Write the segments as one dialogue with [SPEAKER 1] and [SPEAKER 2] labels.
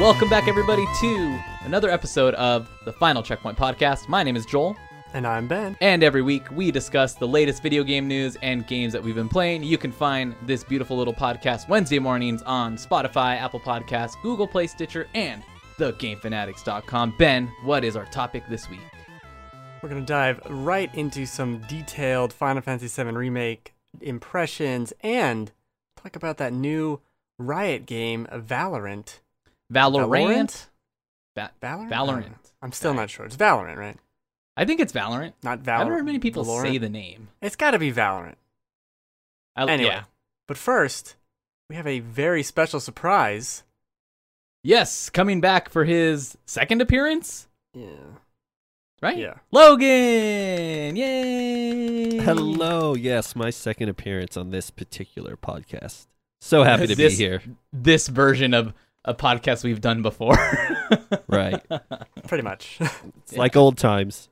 [SPEAKER 1] Welcome back, everybody, to another episode of the Final Checkpoint Podcast. My name is Joel,
[SPEAKER 2] And I'm Ben.
[SPEAKER 1] and every week we discuss the latest video game news and games that we've been playing. You can find this beautiful little podcast Wednesday mornings on Spotify, Apple Podcasts, Google Play, Stitcher, and thegamefanatics.com. Ben, what is our topic this week?
[SPEAKER 2] We're going to dive right into some detailed Final Fantasy VII Remake impressions and talk about that new Riot game, Valorant.
[SPEAKER 1] Valorant? Va-
[SPEAKER 2] Valorant?
[SPEAKER 1] Valorant.
[SPEAKER 2] I am still not sure. It's Valorant, right?
[SPEAKER 1] I think it's Valorant.
[SPEAKER 2] Not
[SPEAKER 1] I
[SPEAKER 2] Valorant.
[SPEAKER 1] don't know how many people
[SPEAKER 2] Valorant?
[SPEAKER 1] say the name.
[SPEAKER 2] It's got to be Valorant.
[SPEAKER 1] I,
[SPEAKER 2] Anyway.
[SPEAKER 1] yeah.
[SPEAKER 2] But first, we have a very special surprise.
[SPEAKER 1] Yes, coming back for his second appearance,
[SPEAKER 2] Yeah.
[SPEAKER 1] right?
[SPEAKER 2] Yeah.
[SPEAKER 1] Logan! Yay!
[SPEAKER 3] Hello, yes, my second appearance on this particular podcast. So happy to be
[SPEAKER 1] This-
[SPEAKER 3] here.
[SPEAKER 1] This version of a podcast we've done before.
[SPEAKER 3] Right.
[SPEAKER 2] Pretty much.
[SPEAKER 3] It's like old times.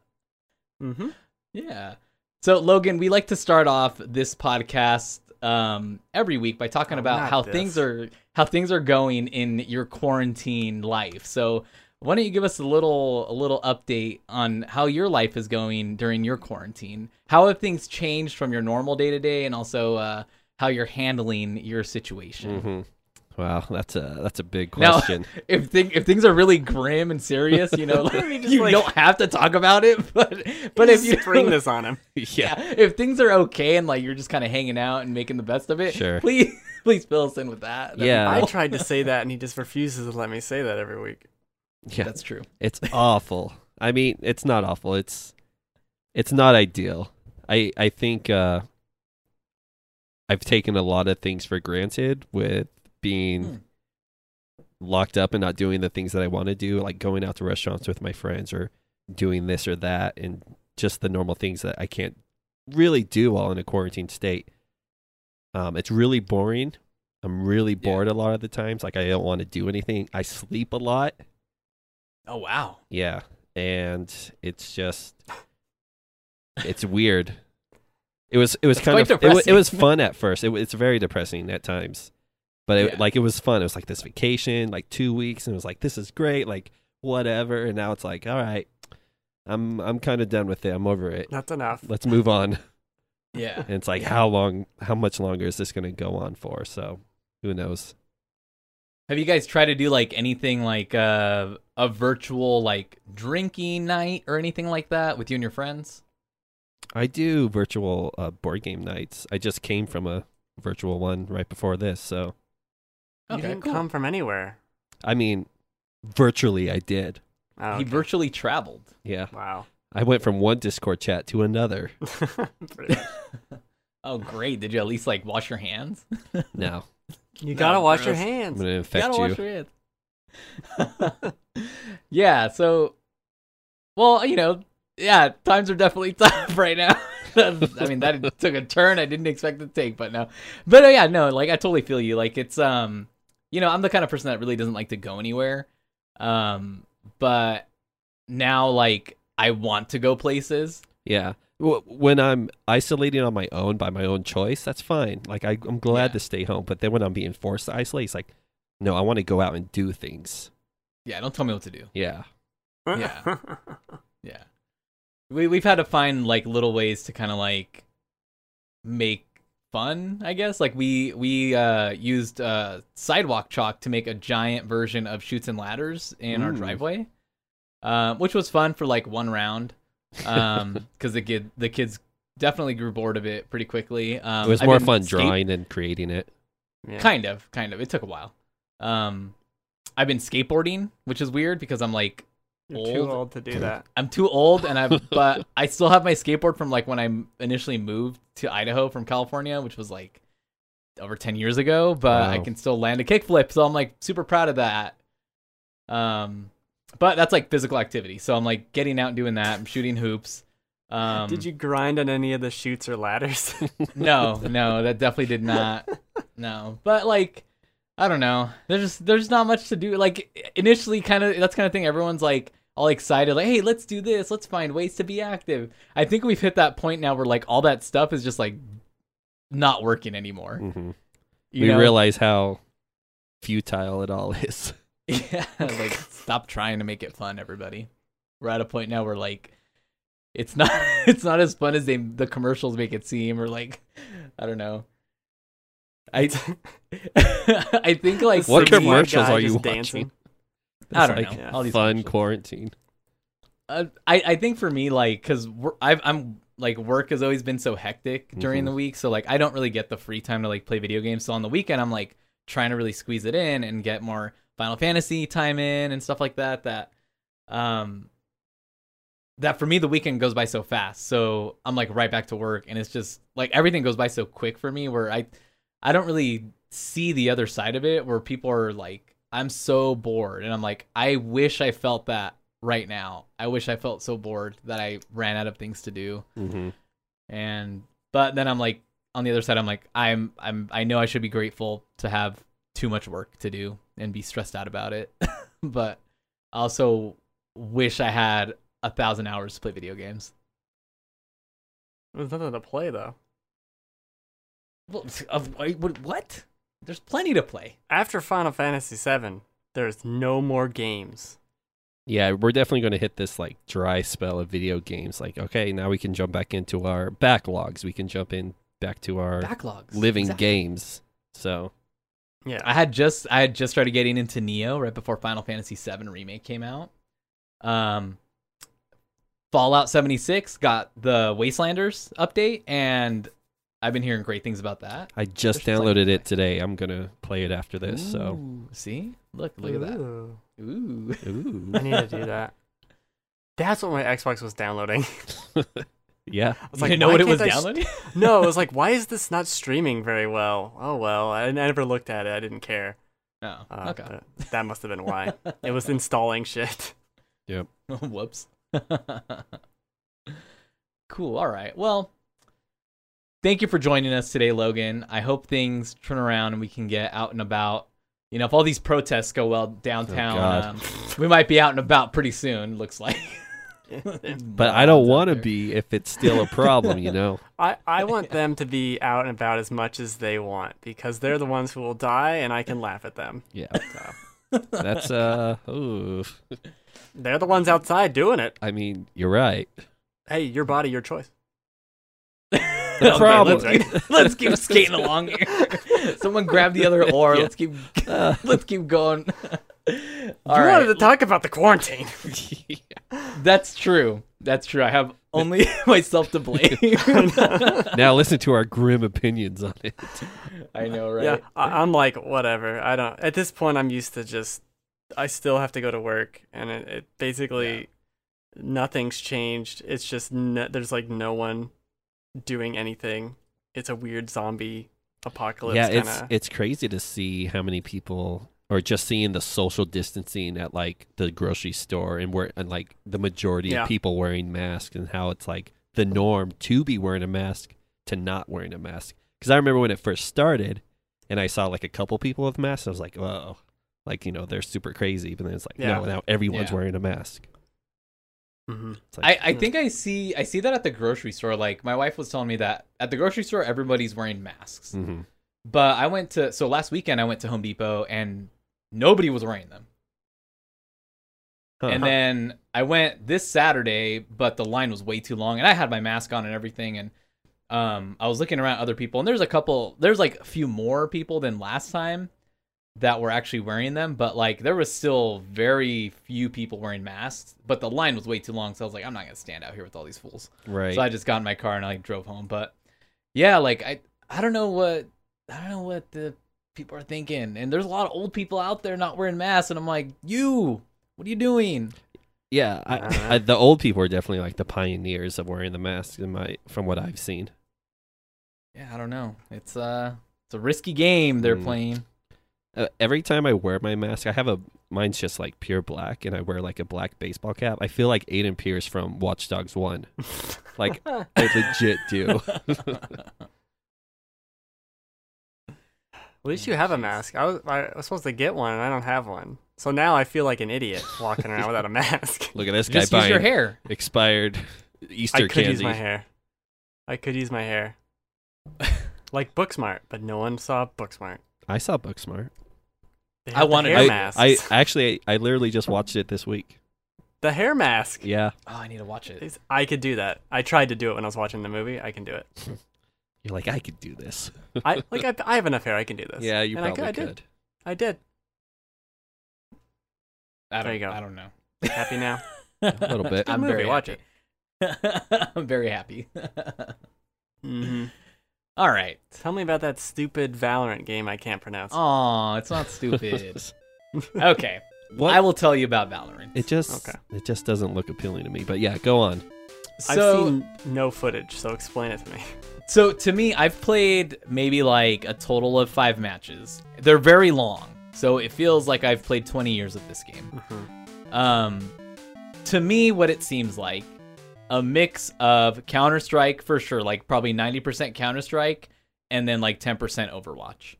[SPEAKER 2] mm-hmm.
[SPEAKER 1] Yeah. So Logan, we like to start off this podcast um, every week by talking
[SPEAKER 2] Oh,
[SPEAKER 1] about
[SPEAKER 2] not
[SPEAKER 1] how
[SPEAKER 2] this.
[SPEAKER 1] things are how things are going in your quarantine life. So why don't you give us a little a little update on how your life is going during your quarantine? How have things changed from your normal day to day, and also uh, how you're handling your
[SPEAKER 2] Mm-hmm.
[SPEAKER 1] situation?
[SPEAKER 3] Mhm. Wow, that's a that's a big
[SPEAKER 1] Now-
[SPEAKER 3] question.
[SPEAKER 1] if thing, if things are really grim and serious, you know,
[SPEAKER 2] Let me just,
[SPEAKER 1] you
[SPEAKER 2] like-
[SPEAKER 1] don't have to talk about it. But but if you
[SPEAKER 2] Spring this on him.
[SPEAKER 1] yeah, if things are okay and like you're just kind of hanging out and making the best of it,
[SPEAKER 3] Sure.
[SPEAKER 1] Please please fill us in with that. That'd be
[SPEAKER 3] Yeah.
[SPEAKER 2] I
[SPEAKER 1] cool.
[SPEAKER 2] tried to say that, and he just refuses to let me say that every week.
[SPEAKER 3] yeah,
[SPEAKER 1] that's true.
[SPEAKER 3] it's awful. I mean, it's not awful. It's it's not ideal. I I think uh I've taken a lot of things for granted with being
[SPEAKER 1] Hmm.
[SPEAKER 3] locked up and not doing the things that I want to do, like going out to restaurants with my friends or doing this or that and just the normal things that I can't really do while in a quarantine state. Um, it's really boring. I'm really
[SPEAKER 1] Yeah.
[SPEAKER 3] bored a lot of the times. Like I don't want to do anything. I sleep a lot.
[SPEAKER 1] Oh wow.
[SPEAKER 3] Yeah. And it's just it's weird. It was it was
[SPEAKER 1] That's
[SPEAKER 3] kind
[SPEAKER 1] quite
[SPEAKER 3] of it was, it
[SPEAKER 1] depressing.
[SPEAKER 3] was fun at first. It, wa- it's very depressing at times. But it,
[SPEAKER 1] Yeah.
[SPEAKER 3] like it was fun. It was like this vacation, like 2 weeks and it was like this is great, like whatever. And now it's like, all right. I'm I'm kind of done with it. I'm over it.
[SPEAKER 2] That's enough.
[SPEAKER 3] Let's move on.
[SPEAKER 1] Yeah.
[SPEAKER 3] And it's like
[SPEAKER 1] Yeah.
[SPEAKER 3] how long how much longer is this going to go on for? So, who knows.
[SPEAKER 1] Have you guys tried to do like anything like uh, a virtual like drinking night or anything like that with you and your friends?
[SPEAKER 3] I do virtual uh, board game nights. I just came from a virtual one right before this, so
[SPEAKER 2] You
[SPEAKER 1] Okay,
[SPEAKER 2] didn't
[SPEAKER 1] cool.
[SPEAKER 2] Oh, come from anywhere.
[SPEAKER 3] I mean, virtually I did.
[SPEAKER 2] Oh,
[SPEAKER 1] He
[SPEAKER 2] okay.
[SPEAKER 1] virtually traveled.
[SPEAKER 3] Yeah.
[SPEAKER 2] Wow.
[SPEAKER 3] I went from one Discord chat to another.
[SPEAKER 1] Oh great! Did you at least like wash your hands?
[SPEAKER 3] Now
[SPEAKER 2] you
[SPEAKER 1] No,
[SPEAKER 2] gotta wash your
[SPEAKER 1] gross.
[SPEAKER 3] I'm
[SPEAKER 2] hands.
[SPEAKER 3] going to infect you.
[SPEAKER 1] Gotta wash your hands. yeah. So, well, you know, yeah, times are definitely tough right now. I mean, that took a turn I didn't expect it to take, but no. But uh, yeah, no, like I totally feel you. Like it's um, you know, I'm the kind of person that really doesn't like to go anywhere. Um, but now like I want to go places.
[SPEAKER 3] Yeah. Wh- When I'm isolating on my own by my own choice, that's fine. Like I, I'm glad
[SPEAKER 1] Yeah.
[SPEAKER 3] to stay home, but then when I'm being forced to isolate, it's like, no, I want to go out and do things.
[SPEAKER 1] Yeah, don't tell me what to do.
[SPEAKER 3] Yeah.
[SPEAKER 1] Yeah. Yeah. We we've had to find like little ways to kind of like make fun, I guess. Like we we uh used uh sidewalk chalk to make a giant version of shoots and ladders in our
[SPEAKER 3] Ooh.
[SPEAKER 1] driveway. Um which was fun for like one round. Um cuz the kid the kids definitely grew bored of it pretty quickly. Um
[SPEAKER 3] it was
[SPEAKER 1] I've
[SPEAKER 3] more
[SPEAKER 1] been
[SPEAKER 3] fun
[SPEAKER 1] skate-
[SPEAKER 3] drawing than creating it.
[SPEAKER 2] Yeah.
[SPEAKER 1] Kind of, kind of. It took a while. Um I've been skateboarding, which is weird because I'm like
[SPEAKER 2] You're too
[SPEAKER 1] old.
[SPEAKER 2] old to do that.
[SPEAKER 1] I'm too old, and I have but I still have my skateboard from like when I initially moved to Idaho from California, which was like over ten years ago. But I
[SPEAKER 3] Wow.
[SPEAKER 1] can still land a kickflip, so I'm like super proud of that. Um, but that's like physical activity, so I'm like getting out and doing that. I'm shooting hoops. Um,
[SPEAKER 2] Did you grind on any of the shoots or ladders?
[SPEAKER 1] No, no, that definitely did not. No, but like, I don't know. There's just there's not much to do. Like initially, kind of that's kind of thing. Everyone's like all excited, like, hey, let's do this. Let's find ways to be active. I think we've hit that point now where like all that stuff is just like not working anymore.
[SPEAKER 3] hmm
[SPEAKER 1] You
[SPEAKER 3] we
[SPEAKER 1] know?
[SPEAKER 3] realize how futile it all is.
[SPEAKER 1] Yeah, like stop trying to make it fun, everybody. We're at a point now where like it's not it's not as fun as they the commercials make it seem, or like I don't know. I I think like
[SPEAKER 3] What
[SPEAKER 2] Six-year-old
[SPEAKER 3] commercials
[SPEAKER 2] guy
[SPEAKER 3] are you
[SPEAKER 2] just
[SPEAKER 3] watching?
[SPEAKER 2] dancing.
[SPEAKER 1] I
[SPEAKER 3] It's
[SPEAKER 1] don't
[SPEAKER 3] like
[SPEAKER 1] know
[SPEAKER 2] yeah,
[SPEAKER 1] all these
[SPEAKER 3] Fun
[SPEAKER 1] commercials.
[SPEAKER 3] quarantine.
[SPEAKER 1] Uh, I I think for me like because I've I'm like work has always been so hectic during
[SPEAKER 3] Mhm.
[SPEAKER 1] the week, so like I don't really get the free time to like play video games. So on the weekend, I'm like trying to really squeeze it in and get more Final Fantasy time in and stuff like that. That um that for me the weekend goes by so fast, so I'm like right back to work, and it's just like everything goes by so quick for me where I I don't really see the other side of it where people are like, I'm so bored. And I'm like, I wish I felt that right now. I wish I felt so bored that I ran out of things to do.
[SPEAKER 3] Mm-hmm.
[SPEAKER 1] And, but then I'm like, on the other side, I'm like, I'm, I'm, I know I should be grateful to have too much work to do and be stressed out about it. but I also wish I had a thousand hours to play video games.
[SPEAKER 2] There's nothing to play though.
[SPEAKER 1] Well, of- I- what- What? There's plenty to play.
[SPEAKER 2] After Final Fantasy VII, there's no more games.
[SPEAKER 3] Yeah, we're definitely going to hit this like dry spell of video games. Like, okay, now we can jump back into our backlogs. We can jump in back to our
[SPEAKER 1] Backlogs.
[SPEAKER 3] living
[SPEAKER 1] Exactly.
[SPEAKER 3] games. So
[SPEAKER 2] Yeah,
[SPEAKER 1] I had just I had just started getting into Neo right before Final Fantasy VII remake came out. Um, Fallout 76 got the Wastelanders update, and I've been hearing great things about that.
[SPEAKER 3] I
[SPEAKER 1] There's
[SPEAKER 3] just
[SPEAKER 1] just, like,
[SPEAKER 3] downloaded it today. I'm gonna play it after this. So
[SPEAKER 1] Ooh, see, look, look at that.
[SPEAKER 2] Ooh.
[SPEAKER 1] Ooh,
[SPEAKER 3] Ooh.
[SPEAKER 2] I need to do that. That's what my Xbox was downloading.
[SPEAKER 3] yeah,
[SPEAKER 2] I was
[SPEAKER 1] you
[SPEAKER 2] like,
[SPEAKER 1] didn't know
[SPEAKER 2] "Why
[SPEAKER 1] what it
[SPEAKER 2] can't
[SPEAKER 1] was
[SPEAKER 2] I s-
[SPEAKER 1] downloading?
[SPEAKER 2] no, it was like, why is this not streaming very well? Oh well, I, I never looked at it. I didn't care.
[SPEAKER 1] no,
[SPEAKER 2] Uh,
[SPEAKER 1] okay.
[SPEAKER 2] but that must have been why. it was installing shit.
[SPEAKER 1] Whoops. cool. All right. Well, thank you for joining us today, Logan. I hope things turn around and we can get out and about. You know, if all these protests go well downtown,
[SPEAKER 3] Oh, God.
[SPEAKER 1] um, we might be out and about pretty soon. Looks like.
[SPEAKER 3] but I don't want to be if it's still a problem. You know,
[SPEAKER 2] I, I want them to be out and about as much as they want because they're the ones who will die and I can laugh at them.
[SPEAKER 3] yeah,
[SPEAKER 2] So,
[SPEAKER 3] that's uh. Ooh.
[SPEAKER 2] they're the ones outside doing it.
[SPEAKER 3] I mean, you're right.
[SPEAKER 2] Hey, your body, your choice.
[SPEAKER 1] the
[SPEAKER 3] problem.
[SPEAKER 1] Let's keep, let's keep skating along here. Someone grab the other oar. Let's keep. Let's keep going. All
[SPEAKER 2] you
[SPEAKER 1] right.
[SPEAKER 2] wanted to talk about the quarantine.
[SPEAKER 1] That's true. That's true. I have only myself to blame.
[SPEAKER 3] now listen to our grim opinions on it.
[SPEAKER 1] I know, right?
[SPEAKER 2] Yeah, I, I'm like whatever. I don't. At this point, I'm used to just. I still have to go to work, and it, it basically nothing's changed. It's just no, there's like no one doing anything. It's a weird zombie apocalypse.
[SPEAKER 3] yeah,
[SPEAKER 2] kinda.
[SPEAKER 3] it's it's crazy to see how many people or just seeing the social distancing at like the grocery store and where and like the majority
[SPEAKER 2] Yeah.
[SPEAKER 3] of people wearing masks and how it's like the norm to be wearing a mask to not wearing a mask. Because I remember when it first started and I saw like a couple people with masks, I was like, oh, like you know they're super crazy, but then it's like
[SPEAKER 2] Yeah.
[SPEAKER 3] no, now everyone's
[SPEAKER 1] Yeah.
[SPEAKER 3] wearing a mask.
[SPEAKER 2] Mhm.
[SPEAKER 3] It's like,
[SPEAKER 1] I, I think I see I see that at the grocery store. Like my wife was telling me that at the grocery store everybody's wearing masks.
[SPEAKER 3] mhm.
[SPEAKER 1] But I went to so last weekend I went to Home Depot and nobody was wearing them.
[SPEAKER 3] Huh.
[SPEAKER 1] And then I went this Saturday, but the line was way too long, and I had my mask on and everything, and um, I was looking around at other people, and there's a couple, there's like a few more people than last time that were actually wearing them, but like there was still very few people wearing masks, but the line was way too long, so I was like, I'm not gonna stand out here with all these fools.
[SPEAKER 3] right.
[SPEAKER 1] So I just got in my car and I like, drove home. But yeah, like I I don't know what I don't know what the people are thinking. And there's a lot of old people out there not wearing masks, and I'm like, you, what are you doing?
[SPEAKER 3] Yeah,
[SPEAKER 2] Uh-huh.
[SPEAKER 3] I, I, the old people are definitely like the pioneers of wearing the mask, in my from what I've seen.
[SPEAKER 1] Yeah, I don't know. It's uh it's a risky game they're
[SPEAKER 3] Mm.
[SPEAKER 1] playing.
[SPEAKER 3] Uh, every time I wear my mask, I have a mine's just like pure black, and I wear like a black baseball cap. I feel like Aiden Pierce from Watch Dogs One. Like I legit do.
[SPEAKER 2] At least you have a mask. I was, I was supposed to get one, and I don't have one. So now I feel like an idiot walking around without a mask.
[SPEAKER 3] Look at this guy
[SPEAKER 1] Just use
[SPEAKER 3] buying
[SPEAKER 1] your hair.
[SPEAKER 3] expired
[SPEAKER 2] I
[SPEAKER 3] Easter
[SPEAKER 2] could
[SPEAKER 3] candy.
[SPEAKER 2] use my hair. I could use my hair. like Booksmart, but no one saw Booksmart.
[SPEAKER 3] I saw Booksmart.
[SPEAKER 2] They
[SPEAKER 1] I
[SPEAKER 2] have the
[SPEAKER 1] wanted-
[SPEAKER 2] hair
[SPEAKER 3] I,
[SPEAKER 2] masks.
[SPEAKER 3] I actually, I literally just watched it this week.
[SPEAKER 2] the hair mask.
[SPEAKER 3] Yeah,
[SPEAKER 1] Oh, I need to watch it.
[SPEAKER 2] It's- I could do that. I tried to do it when I was watching the movie. I can do it.
[SPEAKER 3] you're like, I could do this.
[SPEAKER 2] I like. I, I have enough hair. I can do this.
[SPEAKER 3] yeah, you
[SPEAKER 2] And I
[SPEAKER 3] probably
[SPEAKER 2] I
[SPEAKER 3] could.
[SPEAKER 2] did. I did.
[SPEAKER 1] I don't,
[SPEAKER 2] There you go.
[SPEAKER 1] I don't know.
[SPEAKER 2] Happy now.
[SPEAKER 3] A little bit.
[SPEAKER 2] Good movie, watch
[SPEAKER 1] happy. I'm very happy.
[SPEAKER 2] hmm
[SPEAKER 1] All right.
[SPEAKER 2] Tell me about that stupid Valorant game I can't pronounce.
[SPEAKER 1] Oh, it's not stupid. okay.
[SPEAKER 3] what?
[SPEAKER 1] I will tell you about Valorant.
[SPEAKER 3] it just,
[SPEAKER 2] Okay.
[SPEAKER 3] it just doesn't look appealing to me. But yeah, go on.
[SPEAKER 2] I've
[SPEAKER 1] so-
[SPEAKER 2] seen no footage, so explain it to me.
[SPEAKER 1] So to me, I've played maybe like a total of five matches. They're very long, so it feels like I've played 20 years of this game. Um, to me, what it seems like a mix of Counter Strike for sure, like probably 90% Counter Strike, and then like 10% Overwatch.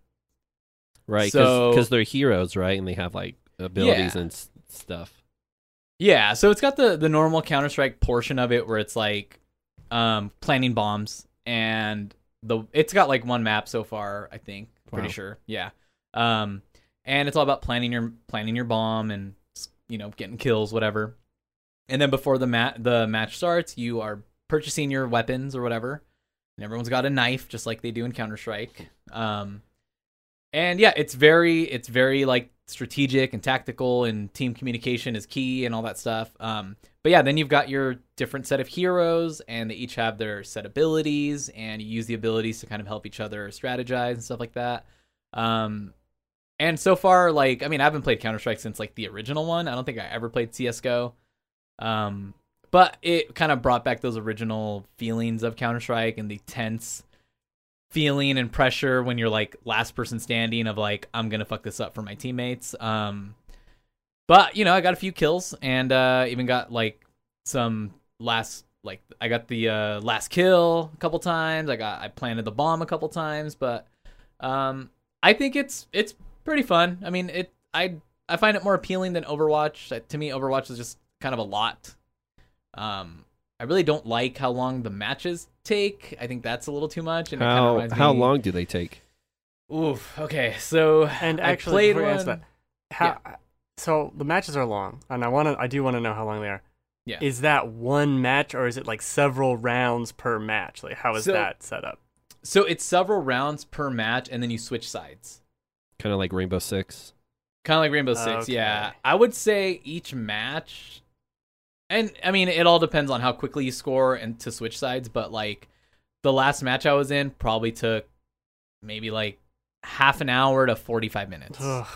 [SPEAKER 3] Right,
[SPEAKER 1] So-
[SPEAKER 3] because they're heroes, right? And they have like abilities and s- stuff.
[SPEAKER 1] Yeah, so it's got the the normal Counter Strike portion of it where it's like um, planting bombs and the it's got like one map so far I think pretty
[SPEAKER 3] Wow.
[SPEAKER 1] sure yeah, um, and it's all about planning your planning your bomb and you know getting kills whatever, and then before the mat the match starts you are purchasing your weapons or whatever, and everyone's got a knife just like they do in Counter Strike, um, and yeah it's very it's very like strategic and tactical and team communication is key and all that stuff um but yeah then you've got your different set of heroes and they each have their set abilities and you use the abilities to kind of help each other strategize and stuff like that um and so far like i mean i haven't played counter-strike since like the original one i don't think i ever played csgo um but it kind of brought back those original feelings of counter-strike and the tense feeling and pressure when you're like last person standing of like I'm gonna fuck this up for my teammates. Um, but you know I got a few kills and uh, even got like some last like I got the uh, last kill a couple times. I got I planted the bomb a couple times, but um, I think it's it's pretty fun. I mean it I I find it more appealing than Overwatch. Uh, To me Overwatch is just kind of a lot. Um, I really don't like how long the matches take. I think that's a little too much. And it kinda
[SPEAKER 3] How
[SPEAKER 1] reminds
[SPEAKER 3] how
[SPEAKER 1] me-
[SPEAKER 3] long do they take?
[SPEAKER 1] Oof. Okay. So
[SPEAKER 2] And
[SPEAKER 1] I
[SPEAKER 2] actually,
[SPEAKER 1] played
[SPEAKER 2] before you answer
[SPEAKER 1] one-
[SPEAKER 2] that, how, so the matches are long, and I want to. I do want to know how long they are.
[SPEAKER 1] Yeah.
[SPEAKER 2] Is that one match, or is it like several rounds per match? Like, how is
[SPEAKER 1] So-
[SPEAKER 2] that set up?
[SPEAKER 1] so it's several rounds per match, and then you switch sides,
[SPEAKER 3] Kind of like Rainbow Six.
[SPEAKER 1] kind of like Rainbow Six. Yeah,
[SPEAKER 2] Okay.
[SPEAKER 1] I would say each match, and I mean it all depends on how quickly you score and to switch sides. But like the last match I was in probably took maybe like half an hour to forty five minutes.
[SPEAKER 2] Ugh.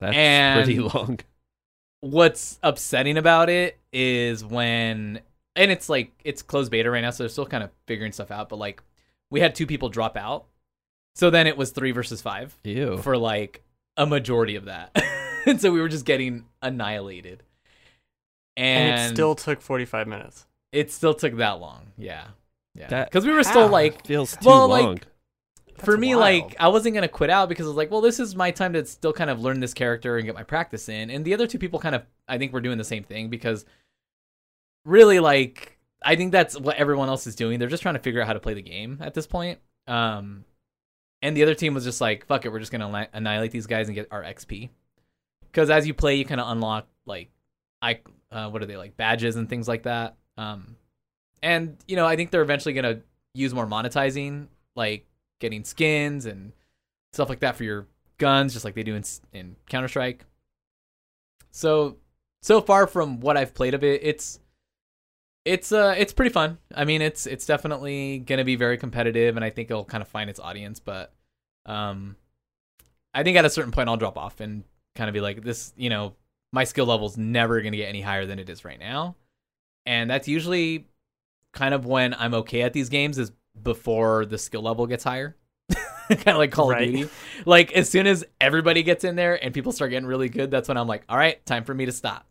[SPEAKER 3] That's pretty
[SPEAKER 1] And-
[SPEAKER 3] long.
[SPEAKER 1] what's upsetting about it is when and it's like it's closed beta right now so they're still kind of figuring stuff out but like we had two people drop out so then it was three versus five
[SPEAKER 3] Ew.
[SPEAKER 1] for like a majority of that and so we were just getting annihilated and,
[SPEAKER 2] and, it still took forty-five minutes.
[SPEAKER 1] it still took that long yeah yeah
[SPEAKER 3] That-
[SPEAKER 1] because we were still
[SPEAKER 2] How?
[SPEAKER 1] like
[SPEAKER 3] Feels too
[SPEAKER 1] Well, like-
[SPEAKER 3] long.
[SPEAKER 1] for
[SPEAKER 2] That's
[SPEAKER 1] me
[SPEAKER 2] wild.
[SPEAKER 1] like i wasn't going to quit out because i was like well this is my time to still kind of learn this character and get my practice in and the other two people kind of i think we're doing the same thing because really like i think that's what everyone else is doing they're just trying to figure out how to play the game at this point um and the other team was just like fuck it we're just going to annihilate these guys and get our xp because as you play you kind of unlock like i uh, what are they like badges and things like that um and you know i think they're eventually going to use more monetizing like getting skins and stuff like that for your guns, just like they do in, in Counter Strike. So, so far from what I've played of it, it's it's uh it's pretty fun. I mean, it's it's definitely gonna be very competitive, and I think it'll kind of find its audience. But, um, I think at a certain point I'll drop off and kind of be like, this, you know, my skill level's never gonna get any higher than it is right now, and that's usually kind of when I'm okay at these games is before the skill level gets higher. kind of like Call
[SPEAKER 2] Right.
[SPEAKER 1] of Duty. Like as soon as everybody gets in there and people start getting really good, that's when I'm like, all right, time for me to stop.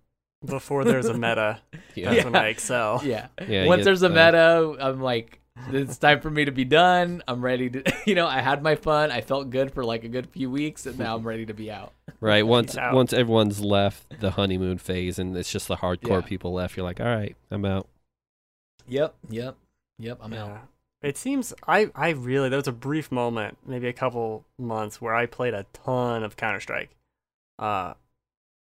[SPEAKER 2] Before there's a meta,
[SPEAKER 3] Yeah.
[SPEAKER 2] that's when I excel.
[SPEAKER 1] Yeah.
[SPEAKER 3] Yeah,
[SPEAKER 1] Once
[SPEAKER 3] yeah,
[SPEAKER 1] there's a
[SPEAKER 3] uh,
[SPEAKER 1] meta, I'm like, it's time for me to be done. I'm ready to, you know, I had my fun. I felt good for like a good few weeks, and now I'm ready to be out.
[SPEAKER 3] Right. Once
[SPEAKER 2] out.
[SPEAKER 3] once everyone's left the honeymoon phase and it's just the
[SPEAKER 1] Yeah.
[SPEAKER 3] hardcore people left, you're like, all right, I'm out.
[SPEAKER 1] Yep. Yep. Yep. I'm out.
[SPEAKER 2] Yeah. It seems I I really there was a brief moment, maybe a couple months, where I played a ton of Counter Strike. uh,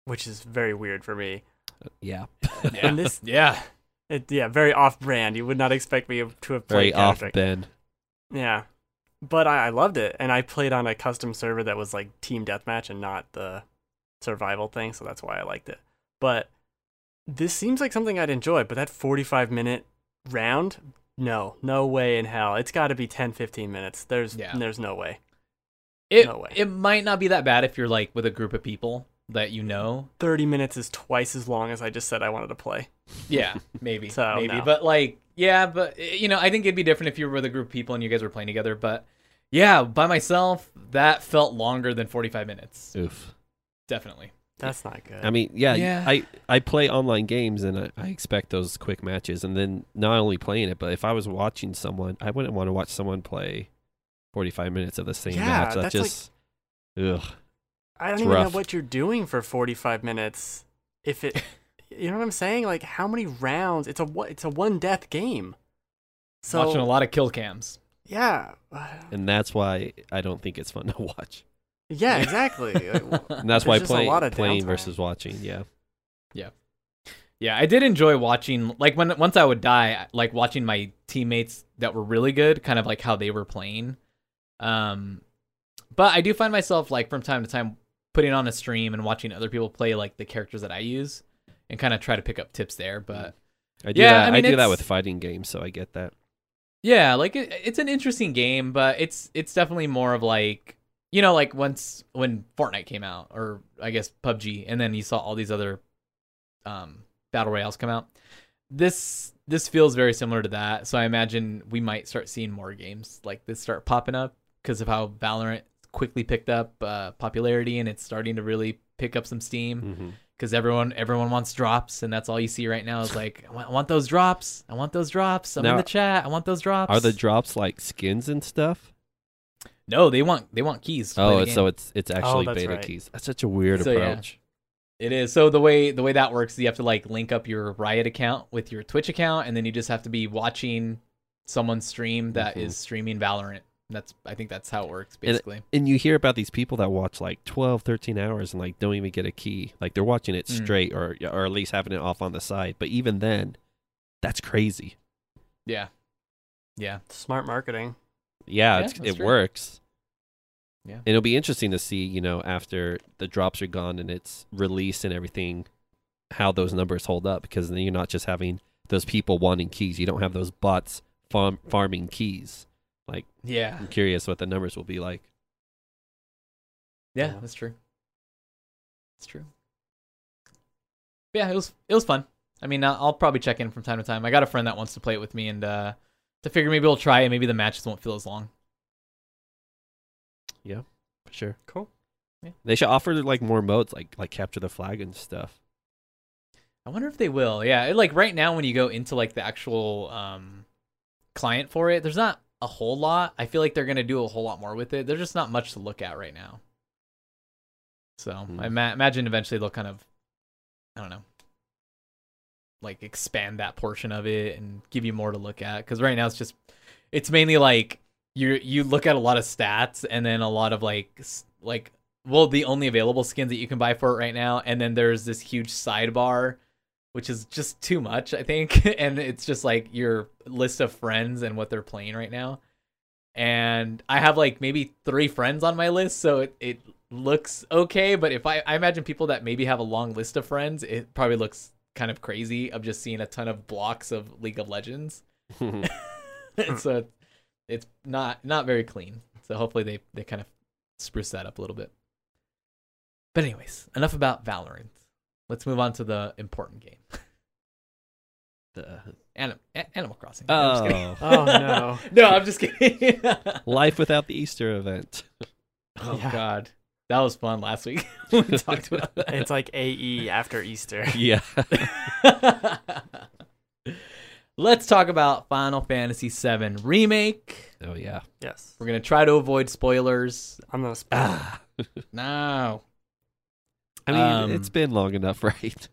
[SPEAKER 2] which is very weird for me.
[SPEAKER 3] Yeah.
[SPEAKER 2] And this,
[SPEAKER 1] Yeah.
[SPEAKER 2] it, yeah, very off-brand. You would not expect me to have
[SPEAKER 3] Very
[SPEAKER 2] played
[SPEAKER 3] off
[SPEAKER 2] Counter-Strike.
[SPEAKER 3] Ben.
[SPEAKER 2] Yeah. But I, I loved it, and I played on a custom server that was like team deathmatch and not the survival thing, so that's why I liked it. But this seems like something I'd enjoy, but that 45 minute round, no, no way in hell. It's got to be 10, 15 minutes. There's,
[SPEAKER 1] Yeah.
[SPEAKER 2] there's no way.
[SPEAKER 1] It
[SPEAKER 2] No way.
[SPEAKER 1] it might not be that bad if you're like with a group of people that you know.
[SPEAKER 2] 30 minutes is twice as long as I just said I wanted to play.
[SPEAKER 1] Yeah, maybe,
[SPEAKER 2] So,
[SPEAKER 1] maybe.
[SPEAKER 2] no.
[SPEAKER 1] But like, yeah, but eh, you know, I think it'd be different if you were with a group of people and you guys were playing together. But yeah, by myself, that felt longer than 45 minutes.
[SPEAKER 3] Oof.
[SPEAKER 1] Definitely.
[SPEAKER 2] That's not good.
[SPEAKER 3] I mean, yeah,
[SPEAKER 1] Yeah.
[SPEAKER 3] I I play online games and I, I expect those quick matches. And then not only playing it, but if I was watching someone, I wouldn't want to watch someone play forty five minutes of the same
[SPEAKER 2] Yeah,
[SPEAKER 3] match. That
[SPEAKER 2] that's like-
[SPEAKER 3] just ugh.
[SPEAKER 2] I don't
[SPEAKER 3] It's
[SPEAKER 2] even know
[SPEAKER 3] rough.
[SPEAKER 2] what you're doing for 45 minutes. If it, you know what I'm saying? Like how many rounds? It's a one- it's a one death game. So
[SPEAKER 1] Watching a lot of kill cams.
[SPEAKER 2] yeah,
[SPEAKER 3] And that's why I don't think it's fun to watch.
[SPEAKER 2] yeah, exactly. Like, w-
[SPEAKER 3] And that's
[SPEAKER 2] There's
[SPEAKER 3] why
[SPEAKER 2] just a
[SPEAKER 3] play,
[SPEAKER 2] lot of
[SPEAKER 3] playing
[SPEAKER 2] downtime.
[SPEAKER 3] versus watching. Yeah.
[SPEAKER 1] Yeah, I did enjoy watching like when once I would die, like watching my teammates that were really good, kind of like how they were playing. Um but I do find myself like from time to time putting on a stream and watching other people play like the characters that I use and kind of try to pick up tips there, but
[SPEAKER 3] I do
[SPEAKER 1] Yeah,
[SPEAKER 3] that.
[SPEAKER 1] I
[SPEAKER 3] I,
[SPEAKER 1] mean,
[SPEAKER 3] do that
[SPEAKER 1] it's-
[SPEAKER 3] with fighting games, so I get that.
[SPEAKER 1] yeah, like it, it's an interesting game, but it's it's definitely more of like you know like once when Fortnite came out or I guess PUBG and then you saw all these other um battle royales come out. This this feels very similar to that, so I imagine we might start seeing more games like this start popping up because of how Valorant quickly picked up uh, popularity and it's starting to really pick up some steam
[SPEAKER 3] hmm
[SPEAKER 1] because everyone everyone wants drops and that's all you see right now is like I want, I want those drops, I want those drops. I'm in
[SPEAKER 3] Now-
[SPEAKER 1] the chat, I want those drops.
[SPEAKER 3] Are the drops like skins and stuff?
[SPEAKER 1] No, they want they want keys. to play
[SPEAKER 3] Oh,
[SPEAKER 1] the
[SPEAKER 3] it's-
[SPEAKER 1] game.
[SPEAKER 3] so it's it's actually
[SPEAKER 2] that's
[SPEAKER 3] beta
[SPEAKER 2] right.
[SPEAKER 3] keys. That's such a weird
[SPEAKER 1] So, yeah.
[SPEAKER 3] approach.
[SPEAKER 1] it is. So the way the way that works, is you have to like link up your Riot account with your Twitch account, and then you just have to be watching someone stream that is
[SPEAKER 3] Mhm.
[SPEAKER 1] streaming Valorant. That's I think that's how it works
[SPEAKER 3] And it-
[SPEAKER 1] basically.
[SPEAKER 3] And you hear about these people that watch like 12, 13 hours and like don't even get a key. Like they're watching it
[SPEAKER 1] Mm.
[SPEAKER 3] straight or or at least having it off on the side. But even then, that's crazy.
[SPEAKER 1] yeah, yeah.
[SPEAKER 2] smart marketing.
[SPEAKER 3] Yeah,
[SPEAKER 1] Yeah,
[SPEAKER 3] it's,
[SPEAKER 1] that's
[SPEAKER 3] it
[SPEAKER 1] true.
[SPEAKER 3] works.
[SPEAKER 1] Yeah.
[SPEAKER 3] And it'll be interesting to see, you know, after the drops are gone and it's released and everything, how those numbers hold up because then you're not just having those people wanting keys. You don't have those bots farm, farming keys.
[SPEAKER 1] Yeah.
[SPEAKER 3] I'm curious what the numbers will be like.
[SPEAKER 1] Yeah,
[SPEAKER 2] Yeah.
[SPEAKER 1] that's true. It's true. But yeah, it was it was fun. I mean, I'll, I'll probably check in from time to time. I got a friend that wants to play it with me, and uh, to figure maybe we'll try it. Maybe the matches won't feel as long.
[SPEAKER 3] For sure.
[SPEAKER 2] Cool.
[SPEAKER 3] They should offer like more modes, like like capture the flag and stuff.
[SPEAKER 1] I wonder if they will. Yeah, it- like right now when you go into like the actual um, client for it, there's not a whole lot. I feel like they're gonna do a whole lot more with it. There's just not much to look at right now. So I
[SPEAKER 3] Hmm.
[SPEAKER 1] ma- imagine eventually they'll kind of, I don't know, like expand that portion of it and give you more to look at. Because right now it's just, it's mainly like you you look at a lot of stats and then a lot of like s- like well the only available skins that you can buy for it right now and then there's this huge sidebar which is just too much i think and it's just like your list of friends and what they're playing right now and i have like maybe three friends on my list so it, it looks okay but if I, I imagine people that maybe have a long list of friends it probably looks kind of crazy of just seeing a ton of blocks of league of legends
[SPEAKER 2] Hmm.
[SPEAKER 1] so it- it's not not very clean so hopefully they they kind of spruce that up a little bit but anyways enough about valorant let's move on to the important game
[SPEAKER 3] The-
[SPEAKER 1] Anim- A- Animal Crossing. No, I'm just kidding. Oh,
[SPEAKER 3] oh,
[SPEAKER 2] Oh no.
[SPEAKER 1] no, I'm just kidding.
[SPEAKER 3] life without the Easter event.
[SPEAKER 1] oh
[SPEAKER 2] Yeah.
[SPEAKER 1] God, that was fun last week. we talked about that.
[SPEAKER 2] It's like AE after Easter.
[SPEAKER 3] Yeah,
[SPEAKER 1] Let's talk about Final Fantasy VII remake.
[SPEAKER 3] oh yeah.
[SPEAKER 2] Yes.
[SPEAKER 1] We're gonna try to avoid spoilers.
[SPEAKER 2] I'm gonna spoil.
[SPEAKER 3] Ah,
[SPEAKER 1] No,
[SPEAKER 3] I mean,
[SPEAKER 1] Um,
[SPEAKER 3] it's been long enough, right?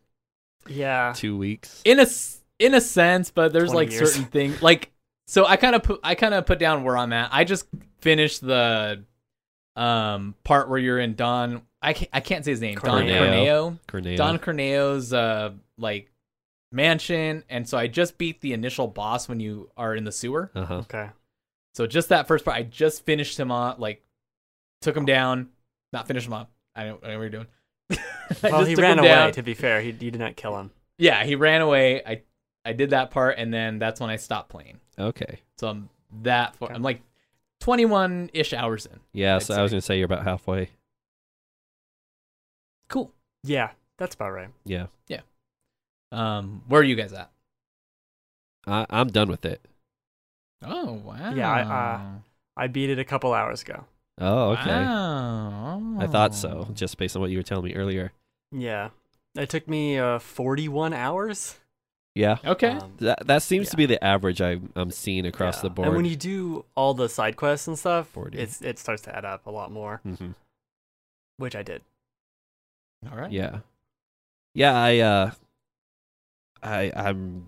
[SPEAKER 2] Yeah.
[SPEAKER 3] Two weeks.
[SPEAKER 1] in a s- in a sense, but there's
[SPEAKER 2] 20
[SPEAKER 1] like
[SPEAKER 2] years.
[SPEAKER 1] certain things. Like, so I kind of put I kind of put down where I'm at. I just finished the um part where you're in Don I can't, I can't say his name.
[SPEAKER 2] Corneo.
[SPEAKER 1] Don Corneo.
[SPEAKER 3] Corneo.
[SPEAKER 1] Don Corneo's uh like mansion, and so I just beat the initial boss when you are in the sewer.
[SPEAKER 3] Uh huh.
[SPEAKER 2] Okay.
[SPEAKER 1] So just that first part, I just finished him on like took him down, not finished him up. I don't, I don't know what you're doing. I
[SPEAKER 2] Well,
[SPEAKER 1] just
[SPEAKER 2] he
[SPEAKER 1] took him
[SPEAKER 2] ran away.
[SPEAKER 1] down.
[SPEAKER 2] To be fair, he you did not kill him.
[SPEAKER 1] Yeah, he ran away. I I did that part, and then that's when I stopped playing.
[SPEAKER 3] Okay.
[SPEAKER 1] So I'm that far.
[SPEAKER 2] Okay.
[SPEAKER 1] I'm like 21 ish hours in.
[SPEAKER 3] Yeah.
[SPEAKER 1] I'd
[SPEAKER 3] so I was
[SPEAKER 1] say.
[SPEAKER 3] gonna say you're about halfway.
[SPEAKER 1] Cool.
[SPEAKER 2] Yeah, that's about right.
[SPEAKER 3] Yeah.
[SPEAKER 1] Um, where are you guys at?
[SPEAKER 3] I, I'm done with it.
[SPEAKER 1] Oh wow.
[SPEAKER 2] Yeah, I, uh, I beat it a couple hours ago.
[SPEAKER 3] Oh, okay.
[SPEAKER 1] Wow.
[SPEAKER 3] I thought so, just based on what you were telling me earlier.
[SPEAKER 2] Yeah, it took me uh, 41 hours.
[SPEAKER 3] Yeah.
[SPEAKER 1] Okay.
[SPEAKER 2] Um,
[SPEAKER 3] That that seems to
[SPEAKER 2] Yeah.
[SPEAKER 3] be the average I, I'm seeing across
[SPEAKER 2] yeah.
[SPEAKER 3] the board.
[SPEAKER 2] And when you do all the side quests and stuff,
[SPEAKER 3] 40.
[SPEAKER 2] it's it starts to add up a lot more,
[SPEAKER 3] Mhm.
[SPEAKER 2] which I did. Uh,
[SPEAKER 1] All right.
[SPEAKER 3] Yeah. Yeah, I uh I I'm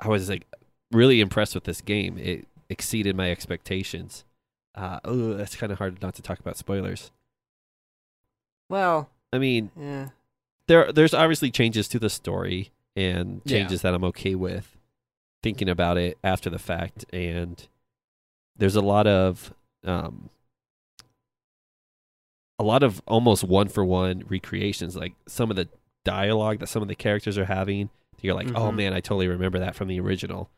[SPEAKER 3] I was like really impressed with this game. It exceeded my expectations. Uh oh, that's kind of hard not to talk about spoilers.
[SPEAKER 2] Well,
[SPEAKER 3] I mean,
[SPEAKER 2] yeah.
[SPEAKER 3] there there's obviously changes to the story and
[SPEAKER 1] Yeah.
[SPEAKER 3] changes that I'm okay with thinking about it after the fact and there's a lot of um a lot of almost one for one recreations like some of the dialogue that some of the characters are having you're like oh
[SPEAKER 2] Mhm.
[SPEAKER 3] man I totally remember that from the original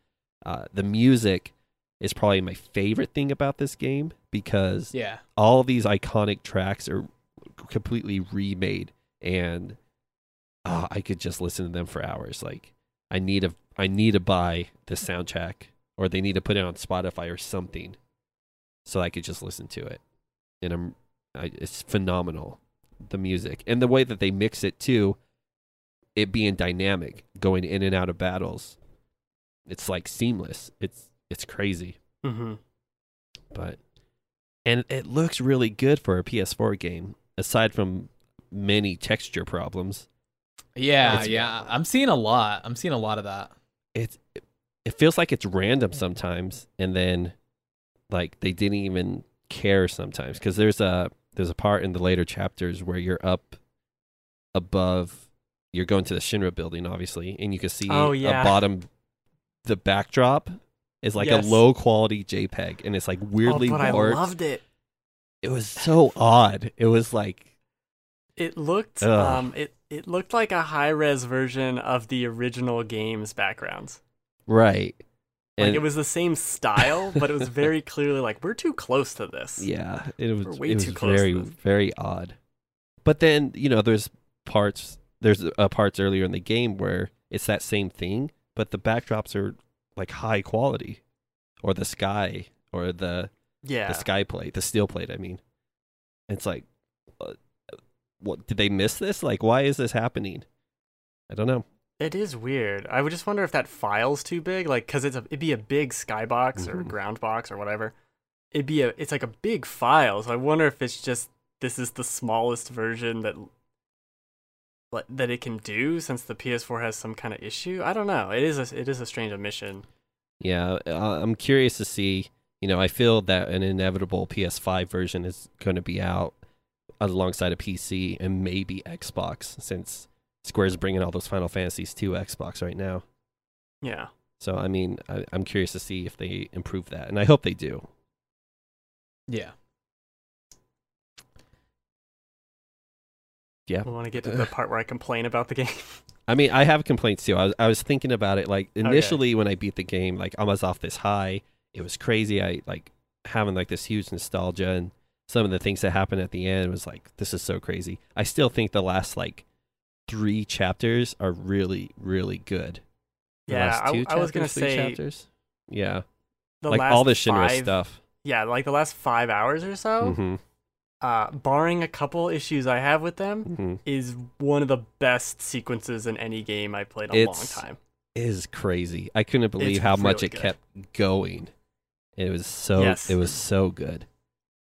[SPEAKER 3] uh the music is probably my favorite thing about this game because
[SPEAKER 1] Yeah.
[SPEAKER 3] all these iconic tracks are completely remade and uh, i could just listen to them for hours like i need a i need to buy the soundtrack or they need to put it on spotify or something so i could just listen to it and i'm I, it's phenomenal the music and the way that they mix it too it being dynamic going in and out of battles it's like seamless it's it's crazy
[SPEAKER 2] Mm-hmm.
[SPEAKER 3] but and it looks really good for a PS4 game. Aside from many texture problems,
[SPEAKER 1] Yeah.
[SPEAKER 3] It's-
[SPEAKER 1] yeah. I'm seeing a lot. I'm seeing a lot of that.
[SPEAKER 3] it it feels like it's random sometimes, and then like they didn't even care sometimes because there's a there's a part in the later chapters where you're up above, you're going to the Shinra building, obviously, and you can see
[SPEAKER 2] Oh,
[SPEAKER 3] a
[SPEAKER 2] yeah.
[SPEAKER 3] bottom, the backdrop is like
[SPEAKER 2] Yes.
[SPEAKER 3] a low quality JPEG, and it's like weirdly
[SPEAKER 2] oh, but
[SPEAKER 3] warped.
[SPEAKER 2] I loved it.
[SPEAKER 3] it was so odd. It was like
[SPEAKER 2] It looked
[SPEAKER 3] Ugh.
[SPEAKER 2] um it it looked like a high res version of the original game's backgrounds.
[SPEAKER 3] Right.
[SPEAKER 2] Like
[SPEAKER 3] And-
[SPEAKER 2] it was the same style, but it was very clearly like we're too close to this.
[SPEAKER 3] yeah, it was
[SPEAKER 2] way
[SPEAKER 3] it was
[SPEAKER 2] too close to
[SPEAKER 3] very
[SPEAKER 2] this.
[SPEAKER 3] very odd. But then, you know, there's parts there's uh, parts earlier in the game where it's that same thing, but the backdrops are like high quality or the sky or the
[SPEAKER 2] Yeah.
[SPEAKER 3] the sky plate, the steel plate, I mean. It's like uh, what did they miss this? Like why is this happening? I don't know.
[SPEAKER 2] It is weird. I would just wonder if that file's too big, like because it's a, it'd be a big skybox or
[SPEAKER 3] Mhm.
[SPEAKER 2] ground box or whatever. It'd be a it's like a big file, so I wonder if it's just this is the smallest version that like, that it can do since the PS4 has some kind of issue. I don't know. It is a it is a strange omission.
[SPEAKER 3] Yeah, I- I'm curious to see. You know, I feel that an inevitable PS5 version is going to be out alongside a PC and maybe Xbox, since Square's bringing all those Final Fantasies to Xbox right now.
[SPEAKER 2] Yeah.
[SPEAKER 3] So, I mean, I, I'm curious to see if they improve that, and I hope they do.
[SPEAKER 1] Yeah.
[SPEAKER 2] I want to get to the part where I complain about the game.
[SPEAKER 3] I mean, I have complaints too. I was, I was thinking about it. Like
[SPEAKER 2] Okay.
[SPEAKER 3] initially, when I beat the game, like I was off this high. It was crazy. I like having like this huge nostalgia, and some of the things that happened at the end was like, this is so crazy. I still think the last like three chapters are really, really good. The
[SPEAKER 2] yeah,
[SPEAKER 3] last
[SPEAKER 2] I,
[SPEAKER 3] two
[SPEAKER 2] I was gonna
[SPEAKER 3] chapters, three
[SPEAKER 2] say
[SPEAKER 3] chapters. Yeah,
[SPEAKER 2] the
[SPEAKER 3] like
[SPEAKER 2] last
[SPEAKER 3] all the Shinra
[SPEAKER 2] five,
[SPEAKER 3] stuff.
[SPEAKER 2] Yeah, like the last five hours or so,
[SPEAKER 3] hmm
[SPEAKER 2] uh, barring a couple issues I have with them,
[SPEAKER 3] hmm
[SPEAKER 2] is one of the best sequences in any game I've played in a long
[SPEAKER 3] It's-
[SPEAKER 2] time.
[SPEAKER 3] It is crazy. I couldn't believe
[SPEAKER 2] It's
[SPEAKER 3] how much
[SPEAKER 2] really
[SPEAKER 3] it
[SPEAKER 2] good.
[SPEAKER 3] kept going. It was so.
[SPEAKER 2] Yes.
[SPEAKER 3] It was so good.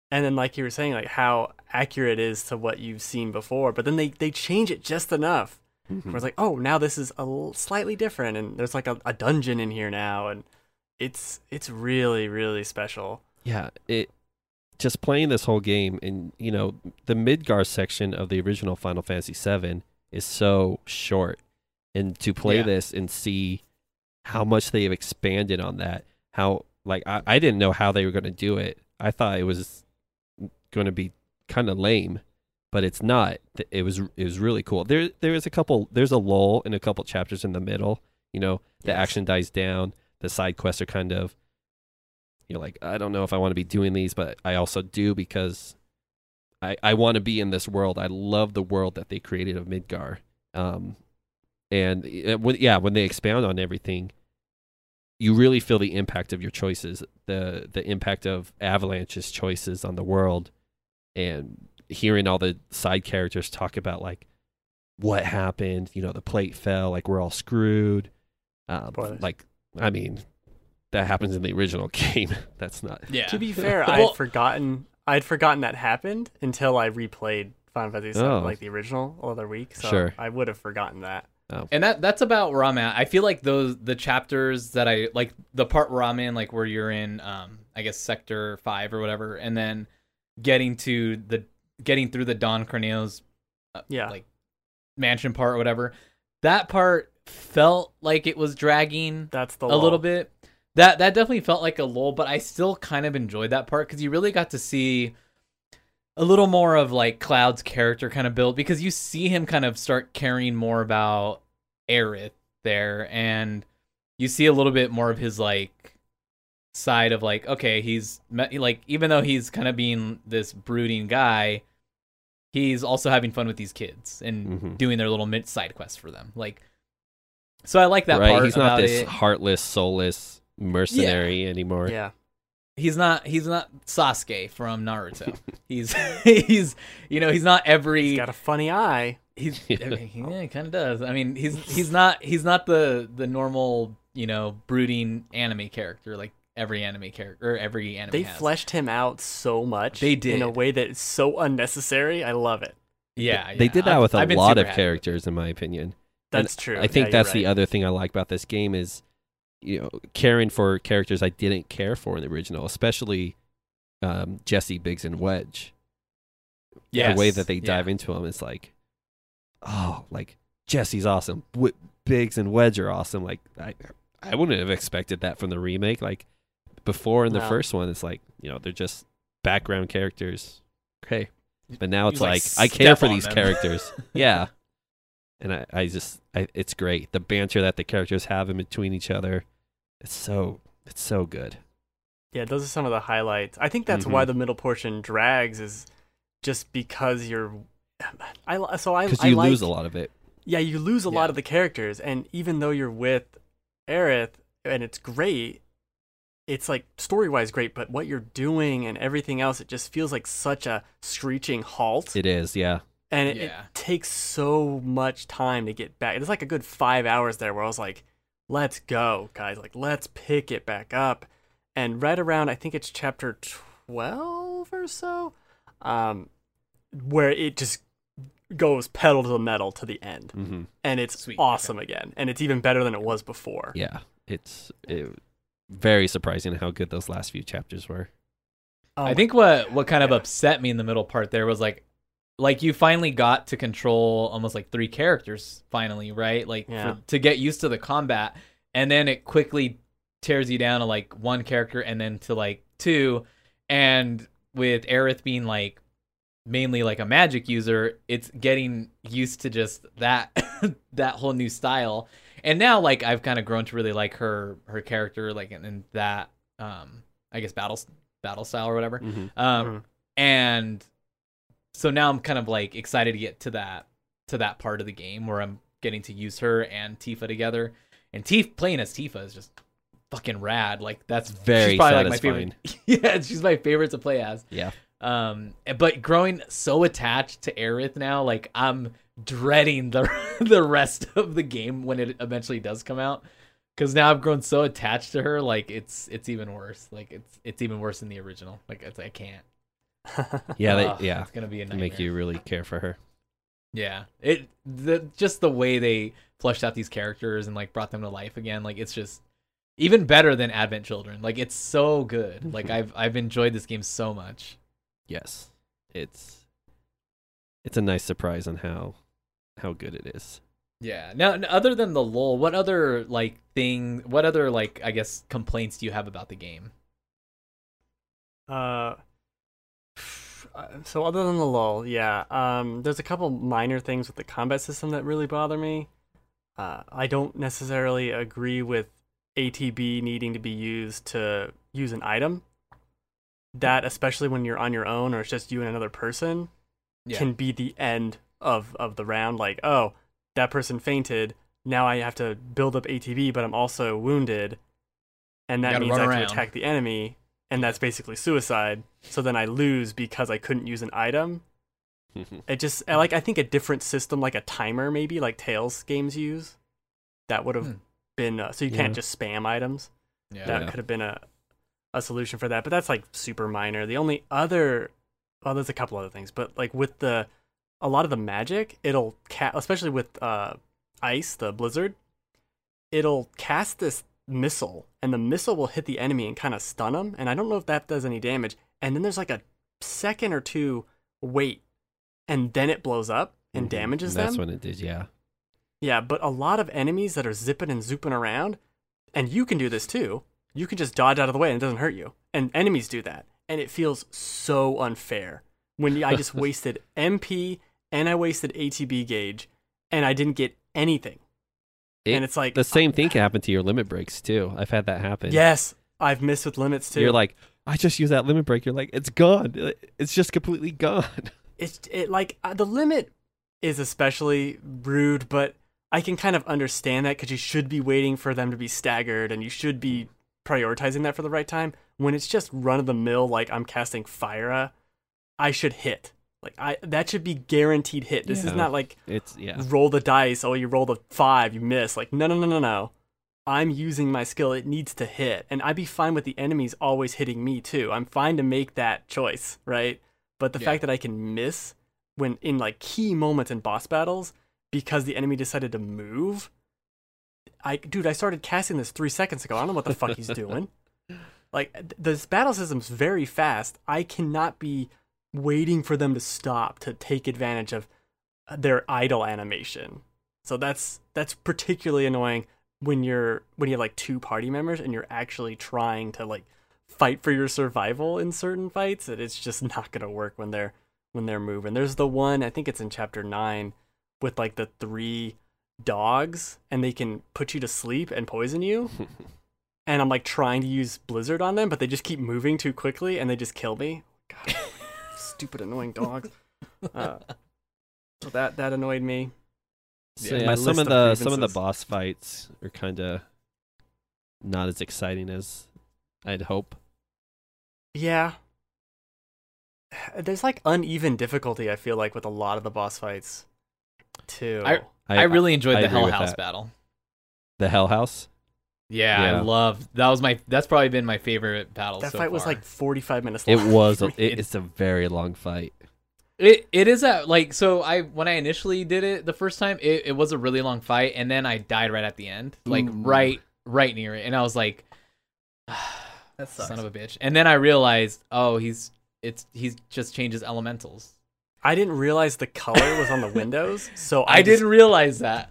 [SPEAKER 2] And then, like you were saying, like how accurate it is to what you've seen before, but then they, they change it just enough
[SPEAKER 3] Hmm.
[SPEAKER 2] where it's like, oh, now this is a l- slightly different, and there's like a, a dungeon in here now, and it's it's really really special.
[SPEAKER 3] Yeah, it just playing this whole game and you know the Midgar section of the original Final Fantasy VII is so short, and to play
[SPEAKER 1] Yeah.
[SPEAKER 3] this and see how much they have expanded on that, how like I, I didn't know how they were going to do it. I thought it was going to be kind of lame, but it's not. Th- It was it was really cool. There there is a couple. There's a lull in a couple chapters in the middle. You know the
[SPEAKER 2] Yes.
[SPEAKER 3] action dies down. The side quests are kind of you're like I don't know if I want to be doing these, but I also do because I I want to be in this world. I love the world that they created of Midgar. Um, and uh, when, yeah, when they expound on everything, you really feel the impact of your choices, the the impact of Avalanche's choices on the world, and hearing all the side characters talk about like what happened. You know, the plate fell, like we're all screwed. Um,
[SPEAKER 2] Spoilers.
[SPEAKER 3] like, I mean, that happens in the original game. That's not
[SPEAKER 1] Yeah.
[SPEAKER 2] To be fair, I
[SPEAKER 1] Well-
[SPEAKER 2] had forgotten I'd forgotten that happened until I replayed Final Fantasy VII,
[SPEAKER 3] Oh.
[SPEAKER 2] like the original other week. So
[SPEAKER 3] Sure.
[SPEAKER 2] I would have forgotten that.
[SPEAKER 1] and that that's about where I'm at. I feel like those the chapters that I like the part where I'm in, like where you're in, um, I guess sector five or whatever, and then getting to the getting through the Don Corneo's
[SPEAKER 2] Yeah.
[SPEAKER 1] Like- mansion part or whatever. That part felt like it was dragging
[SPEAKER 2] that's the
[SPEAKER 1] a
[SPEAKER 2] lull.
[SPEAKER 1] little bit. That that definitely felt like a lull, but I still kind of enjoyed that part because you really got to see a little more of like Cloud's character kind of build because you see him kind of start caring more about Aerith there, and you see a little bit more of his like side of like okay he's me- like even though he's kind of being this brooding guy he's also having fun with these kids and
[SPEAKER 3] Mhm.
[SPEAKER 1] doing their little mid side quests for them like so i like that
[SPEAKER 3] right.
[SPEAKER 1] part
[SPEAKER 3] He's not
[SPEAKER 1] about
[SPEAKER 3] this
[SPEAKER 1] it.
[SPEAKER 3] heartless, soulless mercenary anymore.
[SPEAKER 2] Yeah.
[SPEAKER 1] he's not he's not Sasuke from Naruto. he's he's you know he's not every
[SPEAKER 2] He's got a funny eye.
[SPEAKER 1] he's
[SPEAKER 3] Yeah.
[SPEAKER 1] I mean, yeah, he kind of does. I mean he's he's not he's not the the normal you know brooding anime character like every anime character or every anime.
[SPEAKER 2] They
[SPEAKER 1] has.
[SPEAKER 2] fleshed him out so much.
[SPEAKER 1] They
[SPEAKER 2] in a
[SPEAKER 1] did.
[SPEAKER 2] way that is so unnecessary. I love it.
[SPEAKER 1] Yeah,
[SPEAKER 3] They
[SPEAKER 1] yeah.
[SPEAKER 3] did that
[SPEAKER 1] I've-
[SPEAKER 3] with a
[SPEAKER 1] I've been
[SPEAKER 3] lot
[SPEAKER 1] super
[SPEAKER 3] of
[SPEAKER 1] happy.
[SPEAKER 3] characters, in my opinion. And
[SPEAKER 2] That's true.
[SPEAKER 3] I think
[SPEAKER 2] Yeah,
[SPEAKER 3] that's
[SPEAKER 2] you're
[SPEAKER 3] the
[SPEAKER 2] right.
[SPEAKER 3] other thing I like about this game is, you know, caring for characters I didn't care for in the original, especially um, Jesse, Biggs, and Wedge.
[SPEAKER 1] Yes.
[SPEAKER 3] The way that they
[SPEAKER 1] Yeah.
[SPEAKER 3] dive into them is like, oh, like Jesse's awesome. W- Biggs and Wedge are awesome. Like I, I wouldn't have expected that from the remake. Like before in the
[SPEAKER 2] No.
[SPEAKER 3] first one, it's like you know they're just background characters. Okay, but now it's
[SPEAKER 1] You, like,
[SPEAKER 3] like, I care
[SPEAKER 1] step
[SPEAKER 3] for
[SPEAKER 1] on
[SPEAKER 3] these
[SPEAKER 1] them.
[SPEAKER 3] characters. yeah, and I, I just I, it's great the banter that the characters have in between each other. It's so it's so good.
[SPEAKER 2] Yeah, those are some of the highlights. I think that's why
[SPEAKER 3] Mhm.
[SPEAKER 2] the middle portion drags is just because you're. I li- so I
[SPEAKER 3] Because
[SPEAKER 2] I
[SPEAKER 3] you
[SPEAKER 2] like,
[SPEAKER 3] lose a lot of it.
[SPEAKER 2] Yeah, you lose a
[SPEAKER 1] Yeah.
[SPEAKER 2] lot of the characters, and even though you're with Aerith, and it's great, it's like story wise great, but what you're doing and everything else, it just feels like such a screeching halt,
[SPEAKER 3] It is, yeah.
[SPEAKER 2] and it,
[SPEAKER 1] Yeah.
[SPEAKER 2] it takes so much time to get back. It's like a good five hours there where I was like, "Let's go, guys! Like, let's pick it back up." And right around, I think it's chapter twelve or so, um, where it just goes pedal to the metal to the end
[SPEAKER 3] hmm
[SPEAKER 2] and it's
[SPEAKER 1] Sweet, okay.
[SPEAKER 2] awesome again, and it's even better than it was before.
[SPEAKER 3] Yeah, it's it, very surprising how good those last few chapters were.
[SPEAKER 2] Oh
[SPEAKER 1] I
[SPEAKER 2] my-
[SPEAKER 1] think what what kind of
[SPEAKER 2] Yeah.
[SPEAKER 1] upset me in the middle part there was like like you finally got to control almost like three characters finally, right? Like
[SPEAKER 2] Yeah.
[SPEAKER 1] for, to get used to the combat and then it quickly tears you down to like one character and then to like two and with Aerith being like mainly like a magic user, it's getting used to just that that whole new style. And now like I've kind of grown to really like her her character like and, and that um I guess battle battle style or whatever. Um,
[SPEAKER 2] Mhm.
[SPEAKER 1] and so now I'm kind of like excited to get to that to that part of the game where I'm getting to use her and Tifa together. And Tifa playing as Tifa is just fucking rad. Like that's
[SPEAKER 3] Very
[SPEAKER 1] she's probably
[SPEAKER 3] satisfying.
[SPEAKER 1] like my favorite. yeah, she's my favorite to play as.
[SPEAKER 3] Yeah.
[SPEAKER 1] Um, but growing so attached to Aerith now, like I'm dreading the the rest of the game when it eventually does come out. Cause now I've grown so attached to her, like it's it's even worse. Like it's it's even worse than the original. Like it's, I can't.
[SPEAKER 2] Mm.
[SPEAKER 3] Yeah,
[SPEAKER 1] Ugh,
[SPEAKER 3] they, yeah.
[SPEAKER 1] It's gonna be a
[SPEAKER 3] To
[SPEAKER 1] nightmare.
[SPEAKER 3] make you really care for her.
[SPEAKER 1] Yeah, it the just the way they fleshed out these characters and like brought them to life again. Like it's just even better than Advent Children. Like it's so good. Like I've I've enjoyed this game so much.
[SPEAKER 3] yes, it's it's a nice surprise on how how good it is.
[SPEAKER 1] Yeah. Now, n- other than the lull, what other like thing? What other like I guess complaints do you have about the game?
[SPEAKER 2] Uh, so other than the lull, yeah, um, there's a couple minor things with the combat system that really bother me. Uh, I don't necessarily agree with ATB needing to be used to use an item. That especially when you're on your own or it's just you and another person
[SPEAKER 1] Yeah.
[SPEAKER 2] can be the end of of the round. Like, oh, that person fainted. Now I have to build up ATB, but I'm also wounded, and that
[SPEAKER 1] gotta
[SPEAKER 2] means I
[SPEAKER 1] run
[SPEAKER 2] have
[SPEAKER 1] around.
[SPEAKER 2] to attack the enemy, and that's basically suicide. So then I lose because I couldn't use an item. It just I like I think a different system, like a timer, maybe like Tails games use, that would have
[SPEAKER 1] Hmm.
[SPEAKER 2] been uh, so you
[SPEAKER 3] Yeah.
[SPEAKER 2] can't just spam items
[SPEAKER 1] yeah.
[SPEAKER 2] that
[SPEAKER 3] Yeah.
[SPEAKER 2] could have been a a solution for that but that's like super minor the only other well there's a couple other things but like with the a lot of the magic it'll ca- especially with uh ice the blizzard it'll cast this missile and the missile will hit the enemy and kind of stun them and i don't know if that does any damage and then there's like a second or two wait and then it blows up and
[SPEAKER 3] Mhm.
[SPEAKER 2] damages them
[SPEAKER 3] That's when it did. Yeah,
[SPEAKER 2] yeah, but a lot of enemies that are zipping and zooping around, and you can do this too. You can just dodge out of the way and it doesn't hurt you. And enemies do that. And it feels so unfair when I just wasted MP and I wasted ATB gauge and I didn't get anything.
[SPEAKER 3] It-
[SPEAKER 2] and it's like,
[SPEAKER 3] the same thing can happen to your limit breaks too. I've had that happen.
[SPEAKER 2] yes, I've missed with limits too.
[SPEAKER 3] you're like, I just used that limit break. You're like, it's gone. It's just completely gone.
[SPEAKER 2] it's it like uh, the limit is especially rude, but I can kind of understand that because you should be waiting for them to be staggered and you should be prioritizing that for the right time. When it's just run of the mill, like I'm casting Fyra, I should hit. Like I that should be guaranteed hit. This
[SPEAKER 3] Yeah.
[SPEAKER 2] is not like
[SPEAKER 3] It's yeah.
[SPEAKER 2] roll the dice. Oh, you roll the five, you miss. Like no, no, no, no, no. I'm using my skill. It needs to hit, and I'd be fine with the enemies always hitting me too. I'm fine to make that choice, right? But the
[SPEAKER 1] Yeah.
[SPEAKER 2] fact that I can miss when in like key moments in boss battles because the enemy decided to move, I dude, I started casting this three seconds ago. I don't know what the fuck he's doing. Like th- this battle system's very fast. I cannot be waiting for them to stop to take advantage of uh, their idle animation. So that's that's particularly annoying when you're when you have like two party members and you're actually trying to like fight for your survival in certain fights and it's just not going to work when they're when they're moving. There's the one I think it's in chapter 9 with like the three dogs and they can put you to sleep and poison you and I'm like trying to use blizzard on them but they just keep moving too quickly and they just kill me. God, stupid annoying dogs. Uh, so that that annoyed me.
[SPEAKER 3] So
[SPEAKER 1] Yeah,
[SPEAKER 3] yeah,
[SPEAKER 2] my
[SPEAKER 3] some
[SPEAKER 2] list
[SPEAKER 3] of
[SPEAKER 2] of
[SPEAKER 3] the some of the
[SPEAKER 2] grievances.
[SPEAKER 3] boss fights are kind of not as exciting as I'd hope.
[SPEAKER 2] Yeah. There's like uneven difficulty, I feel like, with a lot of the boss fights, too.
[SPEAKER 1] I, really enjoyed
[SPEAKER 3] I
[SPEAKER 1] the
[SPEAKER 3] agree
[SPEAKER 1] Hell
[SPEAKER 3] with
[SPEAKER 1] House
[SPEAKER 3] that.
[SPEAKER 1] battle.
[SPEAKER 3] the Hell House.
[SPEAKER 1] Yeah, I
[SPEAKER 3] Yeah.
[SPEAKER 1] love that was my that's probably been my favorite battle.
[SPEAKER 2] that
[SPEAKER 1] so
[SPEAKER 2] fight was
[SPEAKER 1] far.
[SPEAKER 2] like 45 minutes
[SPEAKER 3] It
[SPEAKER 2] long
[SPEAKER 3] was
[SPEAKER 2] for
[SPEAKER 3] a,
[SPEAKER 2] me.
[SPEAKER 3] it, it's a very long fight.
[SPEAKER 1] It it is a like so I when I initially did it the first time it, it was a really long fight and then I died right at the end like
[SPEAKER 2] Ooh.
[SPEAKER 1] right right near it and I was like
[SPEAKER 2] that sucks.
[SPEAKER 1] son of a bitch and then I realized oh he's it's he's just changes elementals
[SPEAKER 2] I didn't realize the color was on the windows, so I,
[SPEAKER 1] I
[SPEAKER 2] just-
[SPEAKER 1] didn't realize that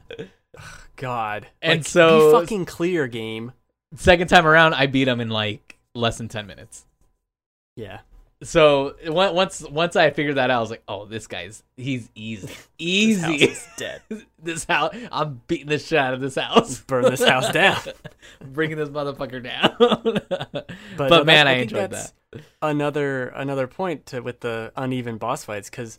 [SPEAKER 2] God.
[SPEAKER 1] And
[SPEAKER 2] Like,
[SPEAKER 1] so-
[SPEAKER 2] be fucking clear game.
[SPEAKER 1] second time around I beat him in like less than ten minutes
[SPEAKER 2] Yeah.
[SPEAKER 1] so on- once once I figured that out I was like oh this guy's he's easy
[SPEAKER 2] This house
[SPEAKER 1] easy
[SPEAKER 2] is dead.
[SPEAKER 1] this house I'm beating the shit out of this house
[SPEAKER 2] Burn this house down.
[SPEAKER 1] bringing this motherfucker down. but
[SPEAKER 2] no, that-
[SPEAKER 1] man, I,
[SPEAKER 2] think
[SPEAKER 1] enjoyed
[SPEAKER 2] that's
[SPEAKER 1] that.
[SPEAKER 2] Another another point to, with the uneven boss fights because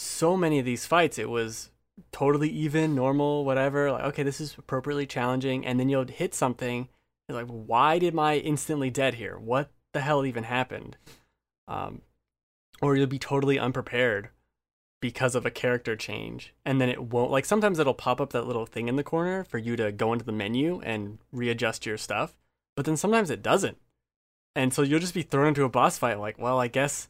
[SPEAKER 2] so many of these fights it was totally even, normal, whatever. Like okay, this is appropriately challenging, and then you'll hit something. It's like, why did my instantly dead here? What the hell even happened? Um, or you'll be totally unprepared because of a character change, and then it won't. Like sometimes it'll pop up that little thing in the corner for you to go into the menu and readjust your stuff, but then sometimes it doesn't. And so you'll just be thrown into a boss fight like, well, I guess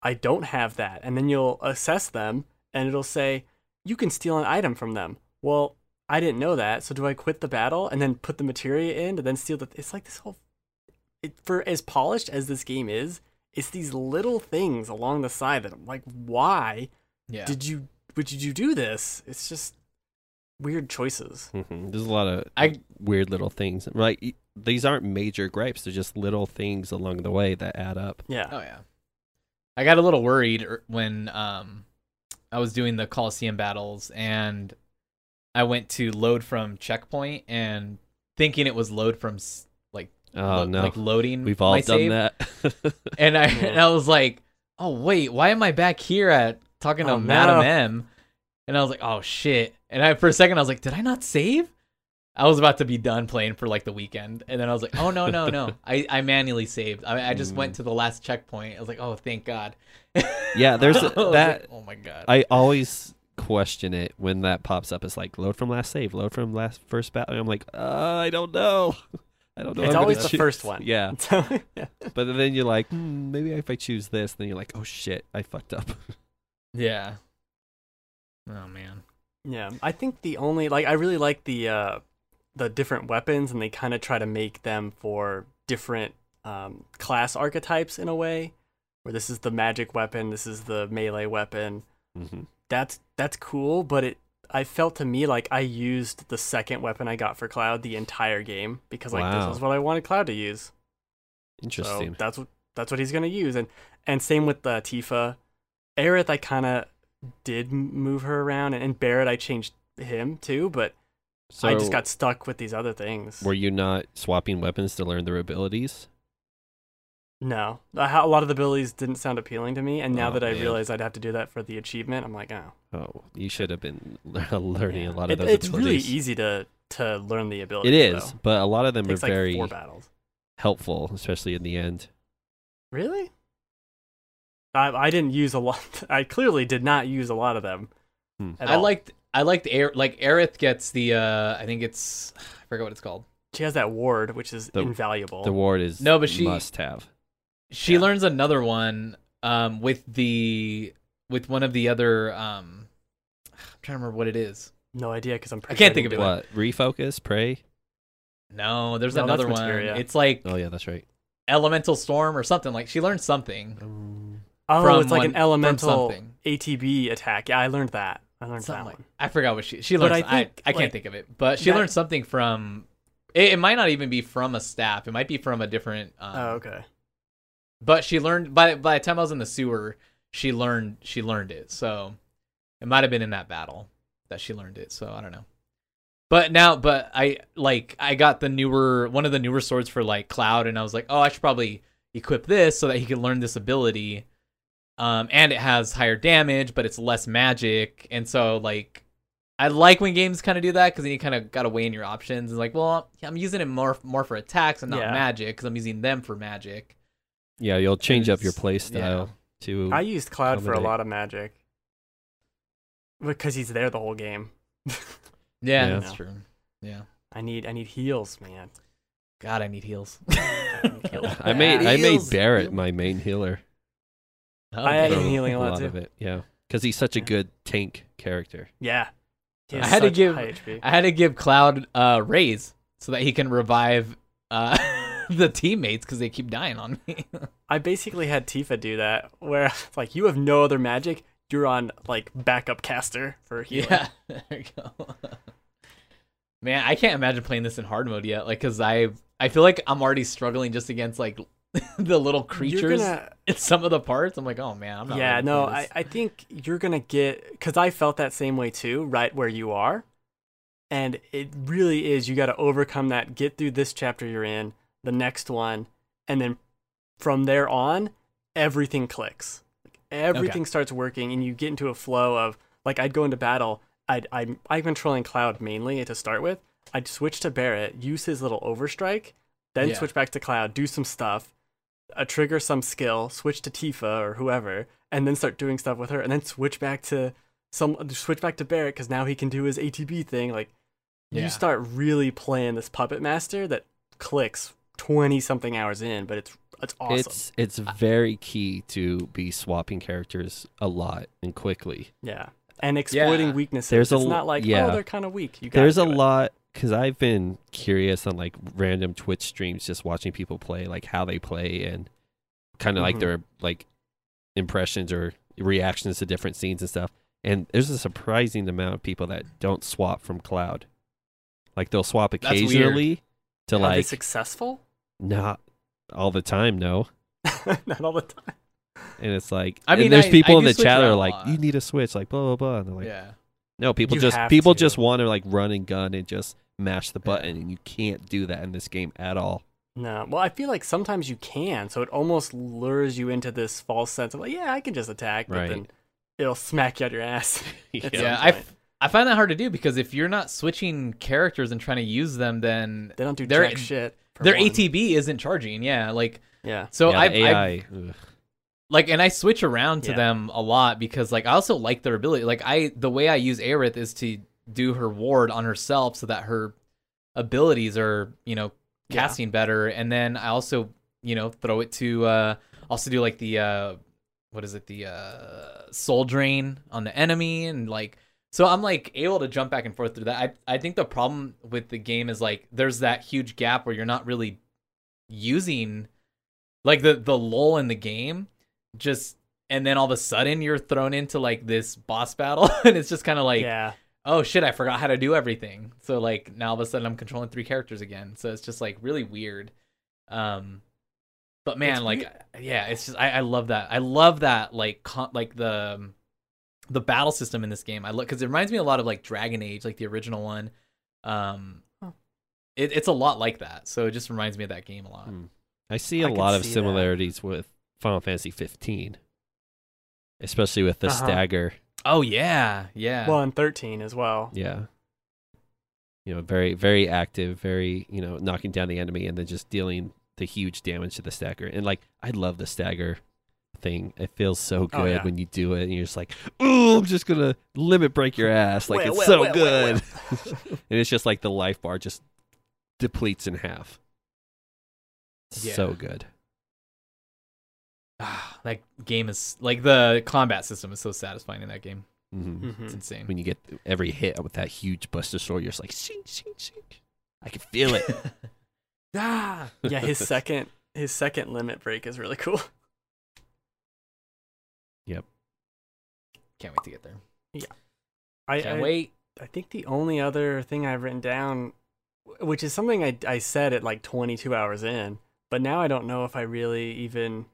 [SPEAKER 2] I don't have that. And then you'll assess them and it'll say, you can steal an item from them. Well, I didn't know that. So do I quit the battle and then put the materia in and then steal the. It's like this whole. It, for as polished as this game is, It's these little things along the side that I'm like, why
[SPEAKER 1] Yeah.
[SPEAKER 2] did you would you do this? It's just weird choices.
[SPEAKER 3] hmm There's a lot of
[SPEAKER 1] I-
[SPEAKER 3] weird little things. Right? y- These aren't major gripes. They're just little things along the way that add up.
[SPEAKER 2] Yeah.
[SPEAKER 1] Oh yeah. I got a little worried er- when um I was doing the Coliseum battles and I went to load from checkpoint and thinking it was load from s- like
[SPEAKER 3] Oh
[SPEAKER 1] lo-
[SPEAKER 3] no,
[SPEAKER 1] like loading
[SPEAKER 3] we've all
[SPEAKER 1] my
[SPEAKER 3] done
[SPEAKER 1] save.
[SPEAKER 3] that.
[SPEAKER 1] and I
[SPEAKER 2] Yeah.
[SPEAKER 1] and I was like, "Oh wait, why am I back here at talking to
[SPEAKER 2] Oh,
[SPEAKER 1] Madam
[SPEAKER 2] no.
[SPEAKER 1] M?" And I was like, "Oh shit!" And I for a second I was like, "Did I not save?" I was about to be done playing for like the weekend, and then I was like, "Oh no, no, no! I, I manually saved. I, I just went to the last checkpoint. I was like, "Oh, thank God!"
[SPEAKER 3] yeah, there's
[SPEAKER 1] I
[SPEAKER 3] a,
[SPEAKER 1] was like,
[SPEAKER 3] that.
[SPEAKER 1] oh my God!
[SPEAKER 3] I always question it when that pops up. It's like load from last save, load from last first battle. I'm like, uh, I don't know. I don't know.
[SPEAKER 2] It's
[SPEAKER 3] I'm
[SPEAKER 2] always
[SPEAKER 3] gonna
[SPEAKER 2] the first one.
[SPEAKER 3] Yeah,
[SPEAKER 2] So, yeah.
[SPEAKER 3] but then you're like, hmm, maybe if I choose this, then you're like, oh shit, I fucked up.
[SPEAKER 1] yeah. Oh man.
[SPEAKER 2] Yeah, I think the only like I really like the uh the different weapons and they kind of try to make them for different um class archetypes in a way where this is the magic weapon, this is the melee weapon.
[SPEAKER 3] hmm
[SPEAKER 2] That's that's cool, but it I felt to me like I used the second weapon I got for Cloud the entire game because like
[SPEAKER 3] Wow.
[SPEAKER 2] this is what I wanted Cloud to use.
[SPEAKER 3] Interesting.
[SPEAKER 2] So that's what that's what he's gonna use, and and same with uh, Tifa, Aerith. I kind of did m- move her around, and, and Barrett. I changed him too, but
[SPEAKER 3] So
[SPEAKER 2] I just got stuck with these other things.
[SPEAKER 3] Were you not swapping weapons to learn their abilities?
[SPEAKER 2] no, a ho- a lot of the abilities didn't sound appealing to me, and now
[SPEAKER 3] Oh,
[SPEAKER 2] that I
[SPEAKER 3] man.
[SPEAKER 2] realize I'd have to do that for the achievement, I'm like, oh,
[SPEAKER 3] Oh, you should have been learning
[SPEAKER 2] yeah.
[SPEAKER 3] a lot
[SPEAKER 2] It-
[SPEAKER 3] of those
[SPEAKER 2] It's really
[SPEAKER 3] abilities.
[SPEAKER 2] easy to to learn the abilities.
[SPEAKER 3] It is,
[SPEAKER 2] though.
[SPEAKER 3] but a lot of them are
[SPEAKER 2] Takes like
[SPEAKER 3] very
[SPEAKER 2] four battles.
[SPEAKER 3] helpful, especially in the end.
[SPEAKER 2] Really? I I didn't use a lot. I clearly did not use a lot of them.
[SPEAKER 3] Hmm.
[SPEAKER 2] at
[SPEAKER 1] I
[SPEAKER 2] all.
[SPEAKER 1] liked I liked Aer- like Aerith gets the uh I think it's I forget what it's called.
[SPEAKER 2] she has that ward, which is
[SPEAKER 3] The-
[SPEAKER 2] invaluable.
[SPEAKER 3] The ward is
[SPEAKER 1] No, but she-
[SPEAKER 3] must have.
[SPEAKER 1] she
[SPEAKER 2] Yeah.
[SPEAKER 1] learns another one um with the with one of the other um I'm trying to remember what it is.
[SPEAKER 2] No idea because I'm. Pretty
[SPEAKER 1] can't
[SPEAKER 2] sure
[SPEAKER 1] think of
[SPEAKER 2] didn't
[SPEAKER 1] it.
[SPEAKER 2] do
[SPEAKER 3] What? Refocus, pray.
[SPEAKER 1] No, there's
[SPEAKER 2] No, that's
[SPEAKER 1] another one.
[SPEAKER 2] Materia.
[SPEAKER 1] It's like
[SPEAKER 3] Oh yeah, that's right.
[SPEAKER 1] elemental storm or something. Like she learned something.
[SPEAKER 3] Um,
[SPEAKER 2] Oh,
[SPEAKER 1] from
[SPEAKER 2] it's like
[SPEAKER 1] one-
[SPEAKER 2] an
[SPEAKER 1] from
[SPEAKER 2] elemental
[SPEAKER 1] something.
[SPEAKER 2] ATB attack. Yeah, I learned that. I learned
[SPEAKER 1] Something
[SPEAKER 2] that
[SPEAKER 1] like
[SPEAKER 2] one.
[SPEAKER 1] I forgot what she she
[SPEAKER 2] But
[SPEAKER 1] learned. I,
[SPEAKER 2] I
[SPEAKER 1] I,
[SPEAKER 2] think,
[SPEAKER 1] can't
[SPEAKER 2] like,
[SPEAKER 1] think of it, but she
[SPEAKER 2] that-
[SPEAKER 1] learned something from. It, it might not even be from a staff. It might be from a different. Um,
[SPEAKER 2] Oh, okay.
[SPEAKER 1] But she learned by by the time I was in the sewer, she learned she learned it. So it might have been in that battle that she learned it. So I don't know. But now, but I like I got the newer one of the newer swords for like Cloud, and I was like, oh, I should probably equip this so that he can learn this ability. Um, and it has higher damage, but it's less magic, and so like. I like when games kind of do that because then you kind of gotta weigh in your options and like, well, I'm using it more more for attacks and not
[SPEAKER 2] Yeah.
[SPEAKER 1] magic because I'm using them for magic.
[SPEAKER 3] yeah, you'll change up your
[SPEAKER 1] It's-
[SPEAKER 3] play
[SPEAKER 1] yeah.
[SPEAKER 3] style to.
[SPEAKER 2] I used Cloud for a
[SPEAKER 3] accommodate.
[SPEAKER 2] lot of magic because he's there the whole game.
[SPEAKER 1] Yeah,
[SPEAKER 3] Yeah.
[SPEAKER 1] that's
[SPEAKER 2] No.
[SPEAKER 1] true. Yeah.
[SPEAKER 2] I need I need heals, man.
[SPEAKER 1] God, I need heals.
[SPEAKER 3] I made I made
[SPEAKER 1] Heals.
[SPEAKER 3] Barrett my main healer.
[SPEAKER 2] I had
[SPEAKER 1] Okay.
[SPEAKER 2] him
[SPEAKER 3] for
[SPEAKER 2] healing a lot,
[SPEAKER 3] of
[SPEAKER 2] too.
[SPEAKER 3] it. Yeah, because he's such a
[SPEAKER 2] Yeah.
[SPEAKER 3] good tank character.
[SPEAKER 2] Yeah. He has
[SPEAKER 1] I had to
[SPEAKER 2] such
[SPEAKER 1] give-
[SPEAKER 2] high HP.
[SPEAKER 1] I had to give Cloud uh, raise so that he can revive uh, the teammates because they keep dying on me.
[SPEAKER 2] I basically had Tifa do that, where it's like you have no other magic, you're on like backup caster for healing.
[SPEAKER 1] yeah, there you go. Man, I can't imagine playing this in hard mode yet. Like, cause I I feel like I'm already struggling just against like the little
[SPEAKER 2] You're
[SPEAKER 1] creatures
[SPEAKER 2] gonna
[SPEAKER 1] in some of the parts. I'm like, oh man, I'm not.
[SPEAKER 2] yeah
[SPEAKER 1] ready to
[SPEAKER 2] no
[SPEAKER 1] play
[SPEAKER 2] I,
[SPEAKER 1] this.
[SPEAKER 2] I think you're gonna get because i felt that same way too right where you are and it really is you gotta overcome that get through this chapter you're in the next one and then from there on everything clicks everything starts working and you get into a flow of like i'd go into battle I'd, I'm, I'm controlling cloud mainly to start with i'd switch to barrett use his little overstrike then
[SPEAKER 1] Yeah.
[SPEAKER 2] switch back to cloud do some stuff uh, trigger some skill, switch to Tifa or whoever, and then start doing stuff with her, and then switch back to some switch back to Barrett because now he can do his ATB thing. Like
[SPEAKER 1] Yeah.
[SPEAKER 2] you start really playing this puppet master that clicks twenty something hours in, but it's it's awesome.
[SPEAKER 3] It's it's very key to be swapping characters a lot and quickly.
[SPEAKER 2] yeah, and exploiting
[SPEAKER 1] Yeah.
[SPEAKER 2] weaknesses.
[SPEAKER 3] There's a
[SPEAKER 2] it's
[SPEAKER 3] l-
[SPEAKER 2] not like
[SPEAKER 3] yeah.
[SPEAKER 2] oh they're kind of weak. You gotta
[SPEAKER 3] There's a
[SPEAKER 2] do it.
[SPEAKER 3] lot because I've been curious on like random Twitch streams, just watching people play, like how they play, and kind of like
[SPEAKER 1] Mm-hmm.
[SPEAKER 2] Mhm.
[SPEAKER 3] their like impressions or reactions to different scenes and stuff. And there's a surprising amount of people that don't swap from Cloud. Like they'll swap
[SPEAKER 1] That's weird.
[SPEAKER 3] occasionally to
[SPEAKER 2] Are they
[SPEAKER 3] like
[SPEAKER 2] successful?
[SPEAKER 3] not all the time, no.
[SPEAKER 2] Not all the time.
[SPEAKER 3] And it's like
[SPEAKER 1] I
[SPEAKER 3] I mean,
[SPEAKER 1] mean,
[SPEAKER 3] there's
[SPEAKER 1] I-
[SPEAKER 3] people
[SPEAKER 1] I
[SPEAKER 3] in
[SPEAKER 1] do
[SPEAKER 3] the
[SPEAKER 1] switch
[SPEAKER 3] chat that
[SPEAKER 1] around
[SPEAKER 3] are
[SPEAKER 1] a
[SPEAKER 3] like,
[SPEAKER 1] lot.
[SPEAKER 3] you need a switch, like blah blah blah. And they're like,
[SPEAKER 1] yeah.
[SPEAKER 3] no, people
[SPEAKER 2] You
[SPEAKER 3] just
[SPEAKER 2] have
[SPEAKER 3] people
[SPEAKER 2] to.
[SPEAKER 3] just want to like run and gun and just mash the button, and you can't do that in this game at all.
[SPEAKER 2] No. Well, I feel like sometimes you can, so it almost lures you into this false sense of like, yeah, I can just attack, but
[SPEAKER 3] Right.
[SPEAKER 2] then it'll smack you out your ass. at
[SPEAKER 1] Yeah,
[SPEAKER 2] some
[SPEAKER 1] I,
[SPEAKER 2] point.
[SPEAKER 1] f- I find that hard to do because if you're not switching characters and trying to use them, then
[SPEAKER 2] they don't do
[SPEAKER 1] they're-
[SPEAKER 2] jack shit. for
[SPEAKER 1] their
[SPEAKER 2] one.
[SPEAKER 1] ATB isn't charging. Yeah, like
[SPEAKER 2] Yeah.
[SPEAKER 1] so
[SPEAKER 3] yeah,
[SPEAKER 1] I've,
[SPEAKER 3] the
[SPEAKER 1] I've-
[SPEAKER 3] AI. ugh.
[SPEAKER 1] like and I switch around to
[SPEAKER 2] Yeah.
[SPEAKER 1] them a lot because like I also like their ability. Like I the way I use Aerith is to do her ward on herself so that her abilities are, you know,
[SPEAKER 2] Yeah.
[SPEAKER 1] casting better and then I also, you know, throw it to uh also do like the uh what is it? The uh soul drain on the enemy and like so I'm like able to jump back and forth through that. I I think the problem with the game is like there's that huge gap where you're not really using like the the lull in the game just and then all of a sudden you're thrown into like this boss battle and it's just kind of like
[SPEAKER 2] yeah.
[SPEAKER 1] oh shit i forgot how to do everything so like now all of a sudden i'm controlling three characters again so it's just like really weird um but man
[SPEAKER 2] It's
[SPEAKER 1] like
[SPEAKER 2] weird.
[SPEAKER 1] yeah it's just I, I love that i love that like con- like the um, the battle system in this game i look because it reminds me a lot of like dragon age like the original one um
[SPEAKER 2] Huh.
[SPEAKER 1] it, it's a lot like that so it just reminds me of that game a lot
[SPEAKER 3] Hmm. I see
[SPEAKER 2] I
[SPEAKER 3] a
[SPEAKER 2] could
[SPEAKER 3] lot of
[SPEAKER 2] see that.
[SPEAKER 3] similarities with Final Fantasy 15, especially with the
[SPEAKER 2] Uh-huh.
[SPEAKER 3] stagger.
[SPEAKER 1] oh yeah yeah
[SPEAKER 2] Well, and 13 as well.
[SPEAKER 3] Yeah, you know, very very active, very you know, knocking down the enemy and then just dealing the huge damage to the stagger. And like, I love the stagger thing. It feels so good
[SPEAKER 2] Oh, yeah.
[SPEAKER 3] when you do it, and you're just like, "Ooh, I'm just gonna limit break your ass!" Like
[SPEAKER 2] Well,
[SPEAKER 3] it's
[SPEAKER 2] well,
[SPEAKER 3] so
[SPEAKER 2] well, well,
[SPEAKER 3] good.
[SPEAKER 2] well.
[SPEAKER 3] and it's just like the life bar just depletes in half. So
[SPEAKER 1] Yeah.
[SPEAKER 3] good.
[SPEAKER 1] Ah, that game is like the combat system is so satisfying in that game.
[SPEAKER 3] hmm
[SPEAKER 2] Mhm.
[SPEAKER 1] It's insane.
[SPEAKER 3] when you get every hit with that huge Buster Sword, you're just like, shink, shink, shink. I can feel it.
[SPEAKER 2] Ah, yeah, his second his second limit break is really cool.
[SPEAKER 1] Can't wait to get there.
[SPEAKER 2] I
[SPEAKER 1] Can't
[SPEAKER 2] I,
[SPEAKER 1] wait.
[SPEAKER 2] I think the only other thing I've written down, wh- which is something I I said at like 22 hours in, but now I don't know if I really even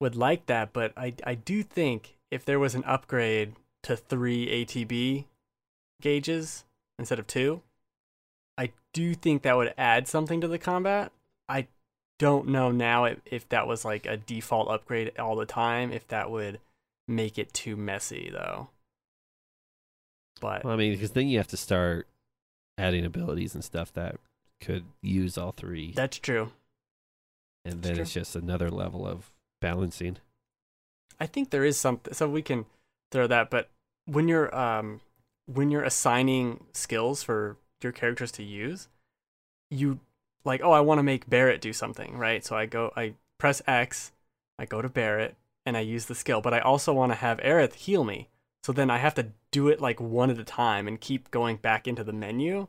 [SPEAKER 2] would like that. But I I do think if there was an upgrade to three ATB gauges instead of two, I do think that would add something to the combat. I don't know now if, if that was like a default upgrade all the time, if that would make it too messy though. But
[SPEAKER 3] Well, I mean, because then you have to start adding abilities and stuff that could use all three,
[SPEAKER 2] that's true.
[SPEAKER 3] and then
[SPEAKER 2] true.
[SPEAKER 3] it's just another level of balancing.
[SPEAKER 2] I think there is something so we can throw that, but when you're um when you're assigning skills for your characters to use, you like, oh I want to make Barrett do something, right? So I go I press X, I go to Barrett, and I use the skill, but I also want to have Aerith heal me. So then I have to do it like one at a time and keep going back into the menu.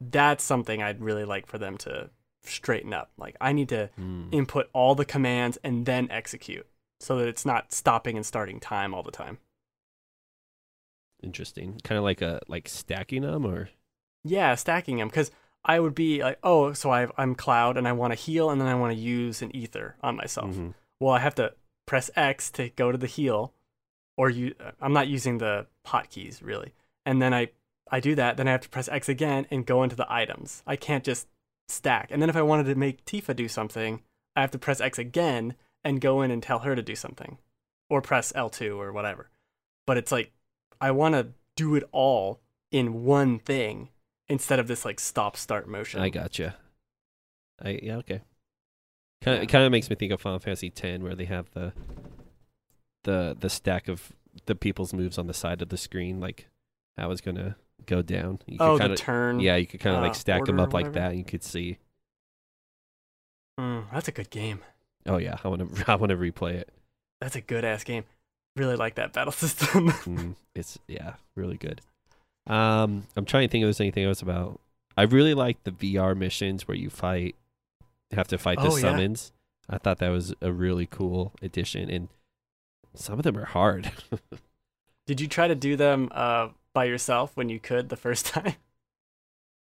[SPEAKER 2] That's something I'd really like for them to straighten up. Like I need to
[SPEAKER 3] Mm.
[SPEAKER 2] input all the commands and then execute so that it's not stopping and starting time all the time.
[SPEAKER 3] Interesting, kind of like a like stacking them, or
[SPEAKER 2] Yeah, stacking them because I would be like, oh, so i I'm Cloud and I want to heal and then I want to use an ether on myself.
[SPEAKER 3] Mhm.
[SPEAKER 2] Well, I have to press X to go to the heal, or you. I'm not using the hotkeys really. And then I I do that. Then I have to press X again and go into the items. I can't just stack. And then if I wanted to make Tifa do something, I have to press X again and go in and tell her to do something, or press L2 or whatever. But it's like I want to do it all in one thing instead of this like stop start motion.
[SPEAKER 3] I gotcha. I yeah okay. Kind of, it kind of makes me think of Final Fantasy X, where they have the the the stack of the people's moves on the side of the screen, like how it's gonna go down. You
[SPEAKER 2] oh,
[SPEAKER 3] kinda,
[SPEAKER 2] the turn.
[SPEAKER 3] Yeah, you could kind of
[SPEAKER 2] uh,
[SPEAKER 3] like stack them
[SPEAKER 2] order or
[SPEAKER 3] up like
[SPEAKER 2] whatever.
[SPEAKER 3] that. And you could see.
[SPEAKER 2] Mm, that's a good game.
[SPEAKER 3] Oh yeah, I want to. I want to replay it.
[SPEAKER 2] That's a good ass game. Really like that battle system.
[SPEAKER 3] Mm, it's yeah, really good. Um, I'm trying to think if there's anything else about. I really like the VR missions where you fight, have to fight the
[SPEAKER 2] Oh, yeah.
[SPEAKER 3] summons. I thought that was a really cool addition, and some of them are hard.
[SPEAKER 2] Did you try to do them uh, by yourself when you could the first time?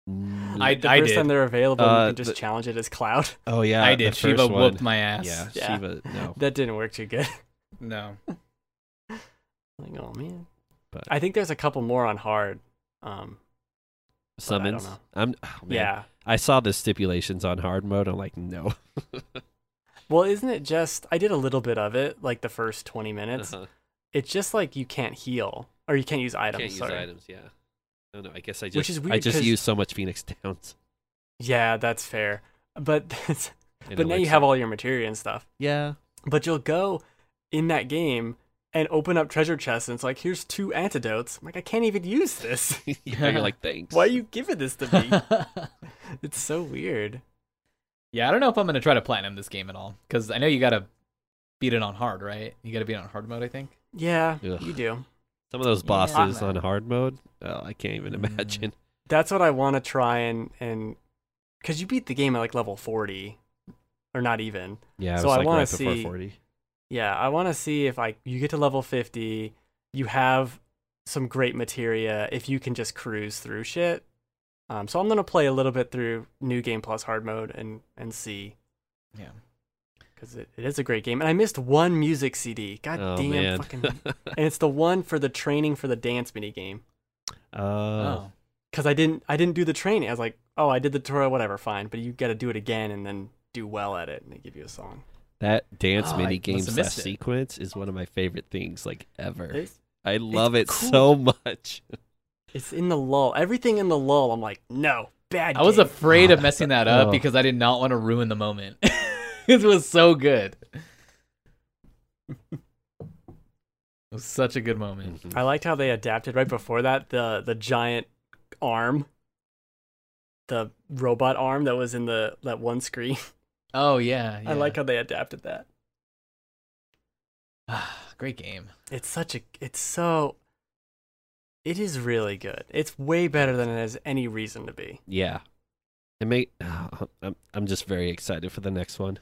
[SPEAKER 3] Mm,
[SPEAKER 1] I-
[SPEAKER 2] the first time
[SPEAKER 1] did.
[SPEAKER 2] they're available,
[SPEAKER 3] Uh,
[SPEAKER 2] you can just
[SPEAKER 3] the-
[SPEAKER 2] challenge it as Cloud.
[SPEAKER 3] oh yeah,
[SPEAKER 1] I
[SPEAKER 3] the
[SPEAKER 1] did.
[SPEAKER 3] first
[SPEAKER 1] Shiva
[SPEAKER 3] one.
[SPEAKER 1] whooped my ass.
[SPEAKER 3] Yeah,
[SPEAKER 2] Yeah.
[SPEAKER 3] Shiva. No,
[SPEAKER 2] That didn't work too good.
[SPEAKER 1] No.
[SPEAKER 2] like, oh man.
[SPEAKER 3] But-
[SPEAKER 2] I think there's a couple more on hard. Um,
[SPEAKER 3] summons.
[SPEAKER 2] know.
[SPEAKER 3] I'm. oh, man.
[SPEAKER 2] yeah.
[SPEAKER 3] I saw the stipulations on hard mode. I'm like, no.
[SPEAKER 2] Well, isn't it just? I did a little bit of it, like the first 20 minutes.
[SPEAKER 3] Uh-huh.
[SPEAKER 2] It's just like you can't heal or you can't use items.
[SPEAKER 3] Can't use
[SPEAKER 2] sorry.
[SPEAKER 3] items. Yeah. No, no. I guess I just.
[SPEAKER 2] Which is
[SPEAKER 3] I
[SPEAKER 2] weird
[SPEAKER 3] just
[SPEAKER 2] 'cause-
[SPEAKER 3] used so much Phoenix Downs.
[SPEAKER 2] Yeah, that's fair. But that's,
[SPEAKER 3] in
[SPEAKER 2] but now you
[SPEAKER 3] Elixir.
[SPEAKER 2] have all your material and stuff.
[SPEAKER 3] Yeah.
[SPEAKER 2] But you'll go in that game and open up treasure chests, and it's like, here's two antidotes. I'm like, I can't even use this.
[SPEAKER 3] yeah. You're like, thanks.
[SPEAKER 2] Why are you giving this to me? it's so weird.
[SPEAKER 1] yeah, I don't know if I'm gonna try to platinum this game at all because I know you gotta beat it on hard, right? You gotta beat it on hard mode, I think.
[SPEAKER 2] Yeah,
[SPEAKER 3] Ugh.
[SPEAKER 2] you do.
[SPEAKER 3] Some of those
[SPEAKER 1] Yeah.
[SPEAKER 3] bosses on hard mode, oh, I can't even
[SPEAKER 1] Mm.
[SPEAKER 3] imagine.
[SPEAKER 2] That's what I want to try and and because you beat the game at like level 40 or not even.
[SPEAKER 3] Yeah,
[SPEAKER 2] So
[SPEAKER 3] it was
[SPEAKER 2] I
[SPEAKER 3] like
[SPEAKER 2] wanna
[SPEAKER 3] right before
[SPEAKER 2] see-
[SPEAKER 3] 40.
[SPEAKER 2] Yeah, I want to see if I you get to level 50, you have some great materia if you can just cruise through shit. Um, so I'm gonna play a little bit through New Game Plus Hard Mode and and see
[SPEAKER 1] Yeah.
[SPEAKER 2] because it, it is a great game. And I missed one music CD. God
[SPEAKER 3] Oh,
[SPEAKER 2] damn
[SPEAKER 3] man.
[SPEAKER 2] fucking! and it's the one for the training for the dance mini game
[SPEAKER 3] oh.
[SPEAKER 1] Oh.
[SPEAKER 2] because I didn't I didn't do the training. I was like, oh, I did the tutorial, whatever, fine. But you got to do it again and then do well at it, and they give you a song.
[SPEAKER 3] That dance
[SPEAKER 1] Oh, I
[SPEAKER 3] mini game
[SPEAKER 1] must've
[SPEAKER 3] slash
[SPEAKER 1] missed it.
[SPEAKER 3] sequence is one of my favorite things like ever.
[SPEAKER 2] It's,
[SPEAKER 3] I love it
[SPEAKER 2] cool.
[SPEAKER 3] so much.
[SPEAKER 2] it's in the lull. Everything in the lull. I'm like, no, bad.
[SPEAKER 1] I was
[SPEAKER 2] game.
[SPEAKER 1] afraid of messing that up
[SPEAKER 3] Oh.
[SPEAKER 1] because I did not want to ruin the moment. it was so good. It was such a good moment.
[SPEAKER 3] Mhm.
[SPEAKER 2] I liked how they adapted right before that the the giant arm, the robot arm that was in the that one screen.
[SPEAKER 1] Oh yeah, yeah.
[SPEAKER 2] I like how they adapted that.
[SPEAKER 1] great game.
[SPEAKER 2] It's such a it's so it is really good. It's way better than it has any reason to be.
[SPEAKER 3] Yeah. It may, oh, I'm, I'm just very excited for the next one.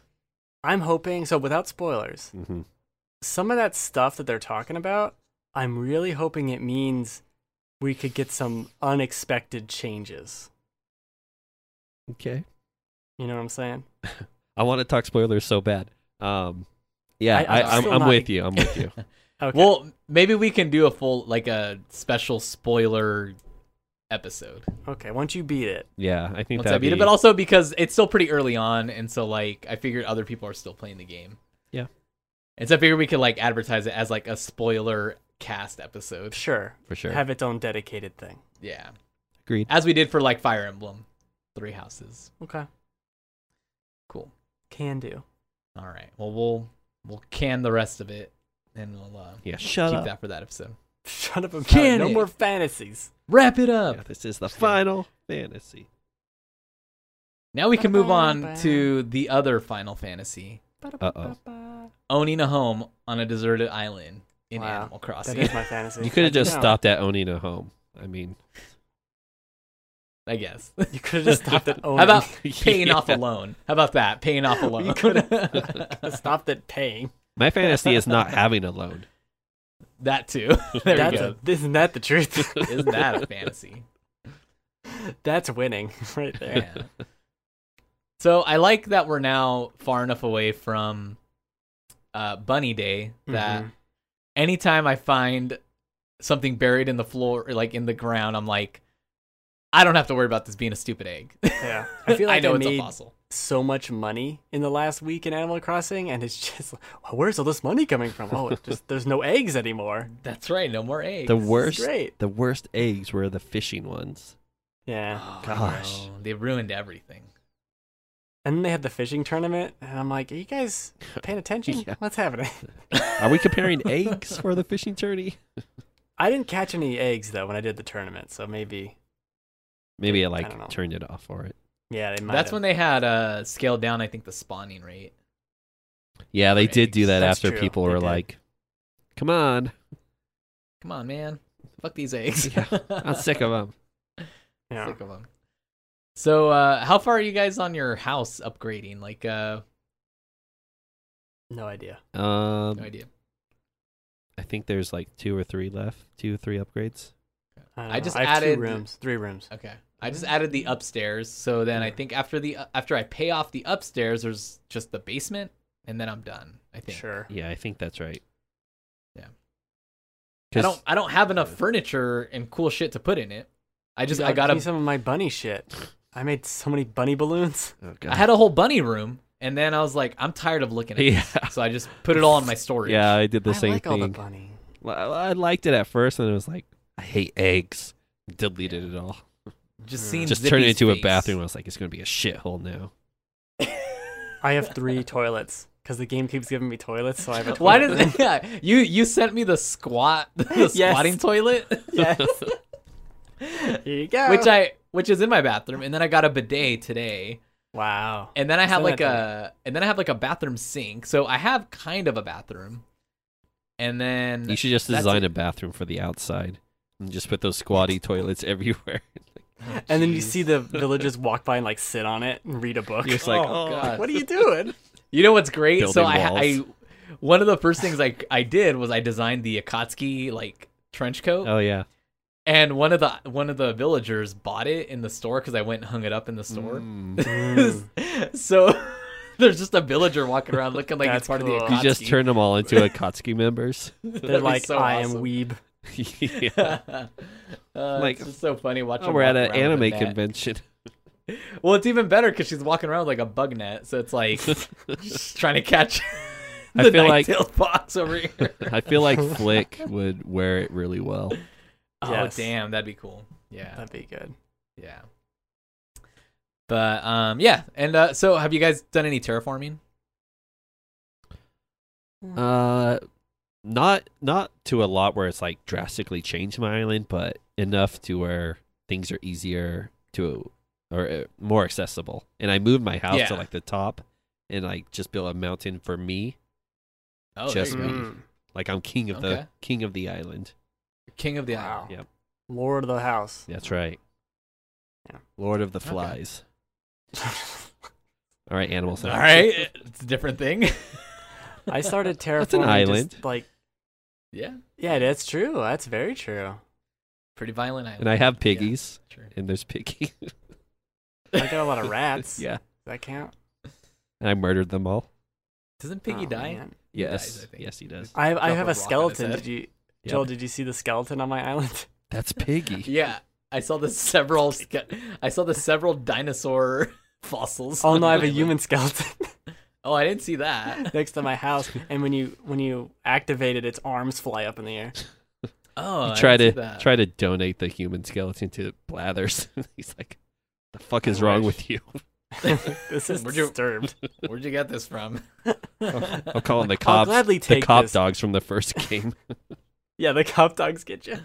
[SPEAKER 2] I'm hoping so without spoilers.
[SPEAKER 3] hmm
[SPEAKER 2] Some of that stuff that they're talking about, I'm really hoping it means we could get some unexpected changes.
[SPEAKER 3] Okay.
[SPEAKER 2] You know what I'm saying?
[SPEAKER 3] I want to talk spoilers so bad. Um, yeah,
[SPEAKER 2] I-
[SPEAKER 3] I,
[SPEAKER 2] I'm
[SPEAKER 3] I, am
[SPEAKER 2] still
[SPEAKER 3] I'm
[SPEAKER 2] not-
[SPEAKER 3] with you. I'm with you.
[SPEAKER 2] Okay.
[SPEAKER 1] Well, maybe we can do a full like a special spoiler episode
[SPEAKER 2] okay, once you beat it.
[SPEAKER 3] Yeah, I think
[SPEAKER 1] once I
[SPEAKER 3] that.
[SPEAKER 1] beat it, but also because it's still pretty early on, and so like I figured other people are still playing the game.
[SPEAKER 3] Yeah.
[SPEAKER 1] and so I figured we could like advertise it as like a spoiler cast episode.
[SPEAKER 2] Sure.
[SPEAKER 3] for sure.
[SPEAKER 2] Have its own dedicated thing.
[SPEAKER 1] Yeah,
[SPEAKER 3] Agreed.
[SPEAKER 1] as we did for like Fire Emblem, Three Houses.
[SPEAKER 2] Okay.
[SPEAKER 1] Cool.
[SPEAKER 2] Can do.
[SPEAKER 1] All right. Well, we'll we'll can the rest of it, and we'll uh,
[SPEAKER 3] Yeah, shut
[SPEAKER 1] keep
[SPEAKER 3] up.
[SPEAKER 1] that for that episode.
[SPEAKER 2] Shut up and
[SPEAKER 1] Can
[SPEAKER 2] No
[SPEAKER 1] it.
[SPEAKER 2] more fantasies.
[SPEAKER 1] Wrap it up.
[SPEAKER 3] Yeah, this is the
[SPEAKER 1] Just kidding.
[SPEAKER 3] final fantasy.
[SPEAKER 1] Now we can move on to the other Final Fantasy,
[SPEAKER 3] Uh-oh.
[SPEAKER 1] owning a home on a deserted island in
[SPEAKER 2] Wow.
[SPEAKER 1] Animal
[SPEAKER 2] That
[SPEAKER 1] Crossing.
[SPEAKER 2] is my fantasy.
[SPEAKER 3] You could
[SPEAKER 2] I
[SPEAKER 3] have just
[SPEAKER 2] know.
[SPEAKER 3] stopped at owning a home. I mean,
[SPEAKER 1] I guess.
[SPEAKER 2] You could have just stopped at owning.
[SPEAKER 1] How about paying off a
[SPEAKER 3] Yeah.
[SPEAKER 1] loan? How about that? Paying off a loan.
[SPEAKER 2] You could've- stopped at paying?
[SPEAKER 3] My fantasy is not having a loan.
[SPEAKER 1] that too. There
[SPEAKER 2] That's
[SPEAKER 1] you go.
[SPEAKER 2] a- isn't that the truth?
[SPEAKER 1] Isn't that a fantasy?
[SPEAKER 2] That's winning right there.
[SPEAKER 1] Yeah. So I like that we're now far enough away from uh, Bunny Day that
[SPEAKER 2] Mhm.
[SPEAKER 1] anytime I find something buried in the floor, or like in the ground, I'm like, I don't have to worry about this being a stupid egg.
[SPEAKER 2] Yeah. I feel like
[SPEAKER 1] I know
[SPEAKER 2] I
[SPEAKER 1] it's a
[SPEAKER 2] made
[SPEAKER 1] fossil.
[SPEAKER 2] so much money in the last week in Animal Crossing, and it's just well, where's all this money coming from? Oh, it just there's no eggs anymore.
[SPEAKER 1] That's right. No more eggs.
[SPEAKER 3] The
[SPEAKER 2] This is
[SPEAKER 3] worst.
[SPEAKER 2] Great.
[SPEAKER 3] The worst eggs were the fishing ones.
[SPEAKER 2] Yeah.
[SPEAKER 1] Oh,
[SPEAKER 3] Gosh.
[SPEAKER 1] no, they ruined everything.
[SPEAKER 2] And then they had the fishing tournament, and I'm like, are you guys paying attention?
[SPEAKER 3] Yeah.
[SPEAKER 2] What's happening?
[SPEAKER 3] Are we comparing eggs for the fishing tourney?
[SPEAKER 2] I didn't catch any eggs though when I did the tournament, so maybe
[SPEAKER 3] Maybe I
[SPEAKER 2] don't know.
[SPEAKER 3] like turned it off for it.
[SPEAKER 2] yeah, they might.
[SPEAKER 1] That's
[SPEAKER 2] have.
[SPEAKER 1] when they had uh, scaled down. I think the spawning rate.
[SPEAKER 3] Yeah, they did do that
[SPEAKER 2] That's
[SPEAKER 3] after
[SPEAKER 2] true.
[SPEAKER 3] people
[SPEAKER 2] They
[SPEAKER 3] were
[SPEAKER 2] did.
[SPEAKER 3] like, "Come on,
[SPEAKER 1] Come on, man. Fuck these eggs.
[SPEAKER 3] Yeah, I'm sick of them."
[SPEAKER 2] yeah.
[SPEAKER 1] Sick of 'em. So, uh, how far are you guys on your house upgrading? Like, uh,
[SPEAKER 2] No idea.
[SPEAKER 3] Um,
[SPEAKER 1] No idea.
[SPEAKER 3] I think there's like two or three left, two or three upgrades.
[SPEAKER 2] I, don't
[SPEAKER 1] I
[SPEAKER 2] know.
[SPEAKER 1] just
[SPEAKER 2] I have
[SPEAKER 1] added-
[SPEAKER 2] two rooms, three rooms.
[SPEAKER 1] Okay. I just added the upstairs. So then I think after the uh, after I pay off the upstairs, there's just the basement, and then I'm done. I think.
[SPEAKER 2] Sure.
[SPEAKER 3] Yeah, I think that's right.
[SPEAKER 1] Yeah. I
[SPEAKER 3] 'Cause-
[SPEAKER 1] don't. I don't have enough furniture and cool shit to put in it. I just.
[SPEAKER 2] You
[SPEAKER 1] I got
[SPEAKER 2] give me
[SPEAKER 1] a.
[SPEAKER 2] some of my bunny shit. I made so many bunny balloons.
[SPEAKER 3] Oh,
[SPEAKER 1] I
[SPEAKER 3] God.
[SPEAKER 1] had a whole bunny room, and then I was like, I'm tired of looking at
[SPEAKER 3] Yeah.
[SPEAKER 1] this, so I just put it all in my storage.
[SPEAKER 3] yeah, I did the
[SPEAKER 2] I
[SPEAKER 3] same
[SPEAKER 2] like all the
[SPEAKER 3] thing.
[SPEAKER 2] bunny.
[SPEAKER 3] Well, I I liked it at first, and it was like, I hate eggs. Deleted it all.
[SPEAKER 2] Mm.
[SPEAKER 1] Just seeing.
[SPEAKER 3] Just turned it
[SPEAKER 1] Zippy's
[SPEAKER 3] into a
[SPEAKER 1] face.
[SPEAKER 3] bathroom. I was like, it's gonna be a shithole now.
[SPEAKER 2] I have three toilets because the game keeps giving me toilets, so I have a toilet.
[SPEAKER 1] Why does yeah, you you sent me the squat the
[SPEAKER 2] Yes.
[SPEAKER 1] squatting toilet?
[SPEAKER 2] yes? Here you go.
[SPEAKER 1] Which I which is in my bathroom and then I got a bidet today.
[SPEAKER 2] wow.
[SPEAKER 1] And then I have
[SPEAKER 2] Send
[SPEAKER 1] like
[SPEAKER 2] that to
[SPEAKER 1] a and then I have like a bathroom sink. So I have kind of a bathroom. And then
[SPEAKER 3] You should just
[SPEAKER 1] that's
[SPEAKER 3] design
[SPEAKER 1] it.
[SPEAKER 3] a bathroom for the outside and just put those squatty toilets everywhere.
[SPEAKER 1] Oh,
[SPEAKER 2] And then you
[SPEAKER 1] jeez.
[SPEAKER 2] see the villagers walk by and like sit on it and read a book.
[SPEAKER 3] You're just like,
[SPEAKER 1] Oh,
[SPEAKER 3] oh,
[SPEAKER 1] God.
[SPEAKER 2] what are you doing?
[SPEAKER 1] You know what's great? So
[SPEAKER 3] Building
[SPEAKER 1] I,
[SPEAKER 3] walls.
[SPEAKER 1] I one of the first things I I did was I designed the Akatsuki like trench coat.
[SPEAKER 3] oh yeah.
[SPEAKER 1] And one of the one of the villagers bought it in the store because I went and hung it up in the store.
[SPEAKER 3] Mm.
[SPEAKER 1] so there's just a villager walking around looking like it's
[SPEAKER 2] That's
[SPEAKER 1] part of the
[SPEAKER 2] cool.
[SPEAKER 1] Akatsuki.
[SPEAKER 3] You just turn them all into Akatsuki members.
[SPEAKER 2] They're
[SPEAKER 1] be
[SPEAKER 2] like,
[SPEAKER 1] so
[SPEAKER 2] I
[SPEAKER 1] awesome."
[SPEAKER 2] am weeb.
[SPEAKER 3] Yeah.
[SPEAKER 1] uh,
[SPEAKER 3] Like,
[SPEAKER 1] it's just so funny watching.
[SPEAKER 3] Oh,
[SPEAKER 1] her
[SPEAKER 3] we're at
[SPEAKER 1] walk
[SPEAKER 3] an
[SPEAKER 1] around with
[SPEAKER 3] anime
[SPEAKER 1] a net.
[SPEAKER 3] convention.
[SPEAKER 1] Well, it's even better because she's walking around with like a bug net, so it's like just trying to catch
[SPEAKER 3] I
[SPEAKER 1] the
[SPEAKER 3] feel like-
[SPEAKER 1] nine-tailed fox over here.
[SPEAKER 3] I feel like Flick would wear it really well.
[SPEAKER 2] Yes.
[SPEAKER 1] Oh damn, that'd be cool. Yeah,
[SPEAKER 2] That'd be good.
[SPEAKER 1] yeah. But um, yeah, and uh, so have you guys done any terraforming?
[SPEAKER 3] Uh, not not to a lot where it's like drastically changed my island, but enough to where things are easier to or uh, more accessible. And I moved my house to
[SPEAKER 1] Yeah.
[SPEAKER 3] like the top, and like just built a mountain for me.
[SPEAKER 1] Oh,
[SPEAKER 3] Just
[SPEAKER 1] there you go.
[SPEAKER 3] me. Like I'm king of
[SPEAKER 1] Okay.
[SPEAKER 3] the king of the island.
[SPEAKER 1] King of the Island.
[SPEAKER 2] Wow.
[SPEAKER 3] Yep.
[SPEAKER 2] Lord of the House.
[SPEAKER 3] That's right.
[SPEAKER 2] Yeah.
[SPEAKER 3] Lord of the
[SPEAKER 1] Okay.
[SPEAKER 3] flies. All right, animal sound.
[SPEAKER 1] All right, it's a different thing.
[SPEAKER 2] I started terraforming.
[SPEAKER 3] That's an island.
[SPEAKER 2] Just, like,
[SPEAKER 1] yeah,
[SPEAKER 2] yeah, that's true. That's very true.
[SPEAKER 1] pretty violent island.
[SPEAKER 3] And I have piggies,
[SPEAKER 1] Sure.
[SPEAKER 3] and there's piggy.
[SPEAKER 2] I got a lot of rats.
[SPEAKER 3] yeah,
[SPEAKER 2] Does that count?
[SPEAKER 3] and I murdered them all.
[SPEAKER 1] Doesn't Piggy
[SPEAKER 2] Oh,
[SPEAKER 1] die?
[SPEAKER 2] man.
[SPEAKER 1] He dies,
[SPEAKER 3] Yes,
[SPEAKER 1] I think.
[SPEAKER 3] yes, he does.
[SPEAKER 2] I, I
[SPEAKER 1] Drop a
[SPEAKER 2] have a,
[SPEAKER 1] rock on his
[SPEAKER 2] skeleton.
[SPEAKER 1] head.
[SPEAKER 2] Did you,
[SPEAKER 3] Yeah.
[SPEAKER 2] Joel? Did you see the skeleton on my island?
[SPEAKER 3] That's piggy.
[SPEAKER 1] Yeah, I saw the several. sca- I saw the several dinosaur fossils.
[SPEAKER 2] Oh
[SPEAKER 1] on
[SPEAKER 2] no, I have a
[SPEAKER 1] my-
[SPEAKER 2] human skeleton
[SPEAKER 1] Oh, I didn't see that.
[SPEAKER 2] next to my house, and when you when you activate it, its arms fly up in the air.
[SPEAKER 1] Oh, I
[SPEAKER 3] try to
[SPEAKER 1] didn't see that.
[SPEAKER 3] try to donate the human skeleton to Blathers. He's like, "The fuck is
[SPEAKER 2] I
[SPEAKER 3] wrong
[SPEAKER 2] wish.
[SPEAKER 3] with you?"
[SPEAKER 2] This is
[SPEAKER 1] Would you-
[SPEAKER 2] disturbed.
[SPEAKER 1] Where'd you get this from?
[SPEAKER 3] I'm calling the
[SPEAKER 2] I'll
[SPEAKER 3] cops.
[SPEAKER 2] gladly
[SPEAKER 3] the
[SPEAKER 2] take
[SPEAKER 3] cop
[SPEAKER 2] this.
[SPEAKER 3] dogs from the first game.
[SPEAKER 2] Yeah, the cop dogs get you.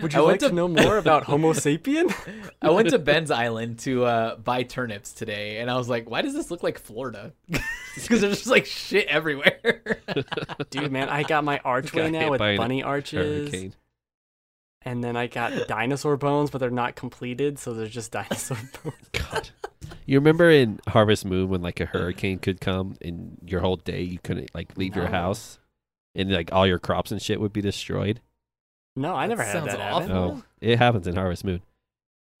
[SPEAKER 2] Would
[SPEAKER 1] I
[SPEAKER 2] you
[SPEAKER 1] went
[SPEAKER 2] like to...
[SPEAKER 1] to-
[SPEAKER 2] know more about Homo sapien?
[SPEAKER 1] I went to Ben's Island to uh, buy turnips today, and I was like, "Why does this look like Florida?" Because there's just like shit everywhere.
[SPEAKER 2] Dude, man, I got my archway
[SPEAKER 3] Got hit
[SPEAKER 2] now with
[SPEAKER 3] by an
[SPEAKER 2] bunny arches,
[SPEAKER 3] Hurricane.
[SPEAKER 2] and then I got dinosaur bones, but they're not completed, so they're just dinosaur bones.
[SPEAKER 3] God. You remember in Harvest Moon when like a hurricane could come and your whole day you couldn't like leave your
[SPEAKER 2] No.
[SPEAKER 3] house and like all your crops and shit would be destroyed?
[SPEAKER 2] No, I
[SPEAKER 1] That
[SPEAKER 2] never had
[SPEAKER 1] sounds
[SPEAKER 2] that.
[SPEAKER 1] awful.
[SPEAKER 2] happen.
[SPEAKER 3] Oh, it happens in Harvest Moon.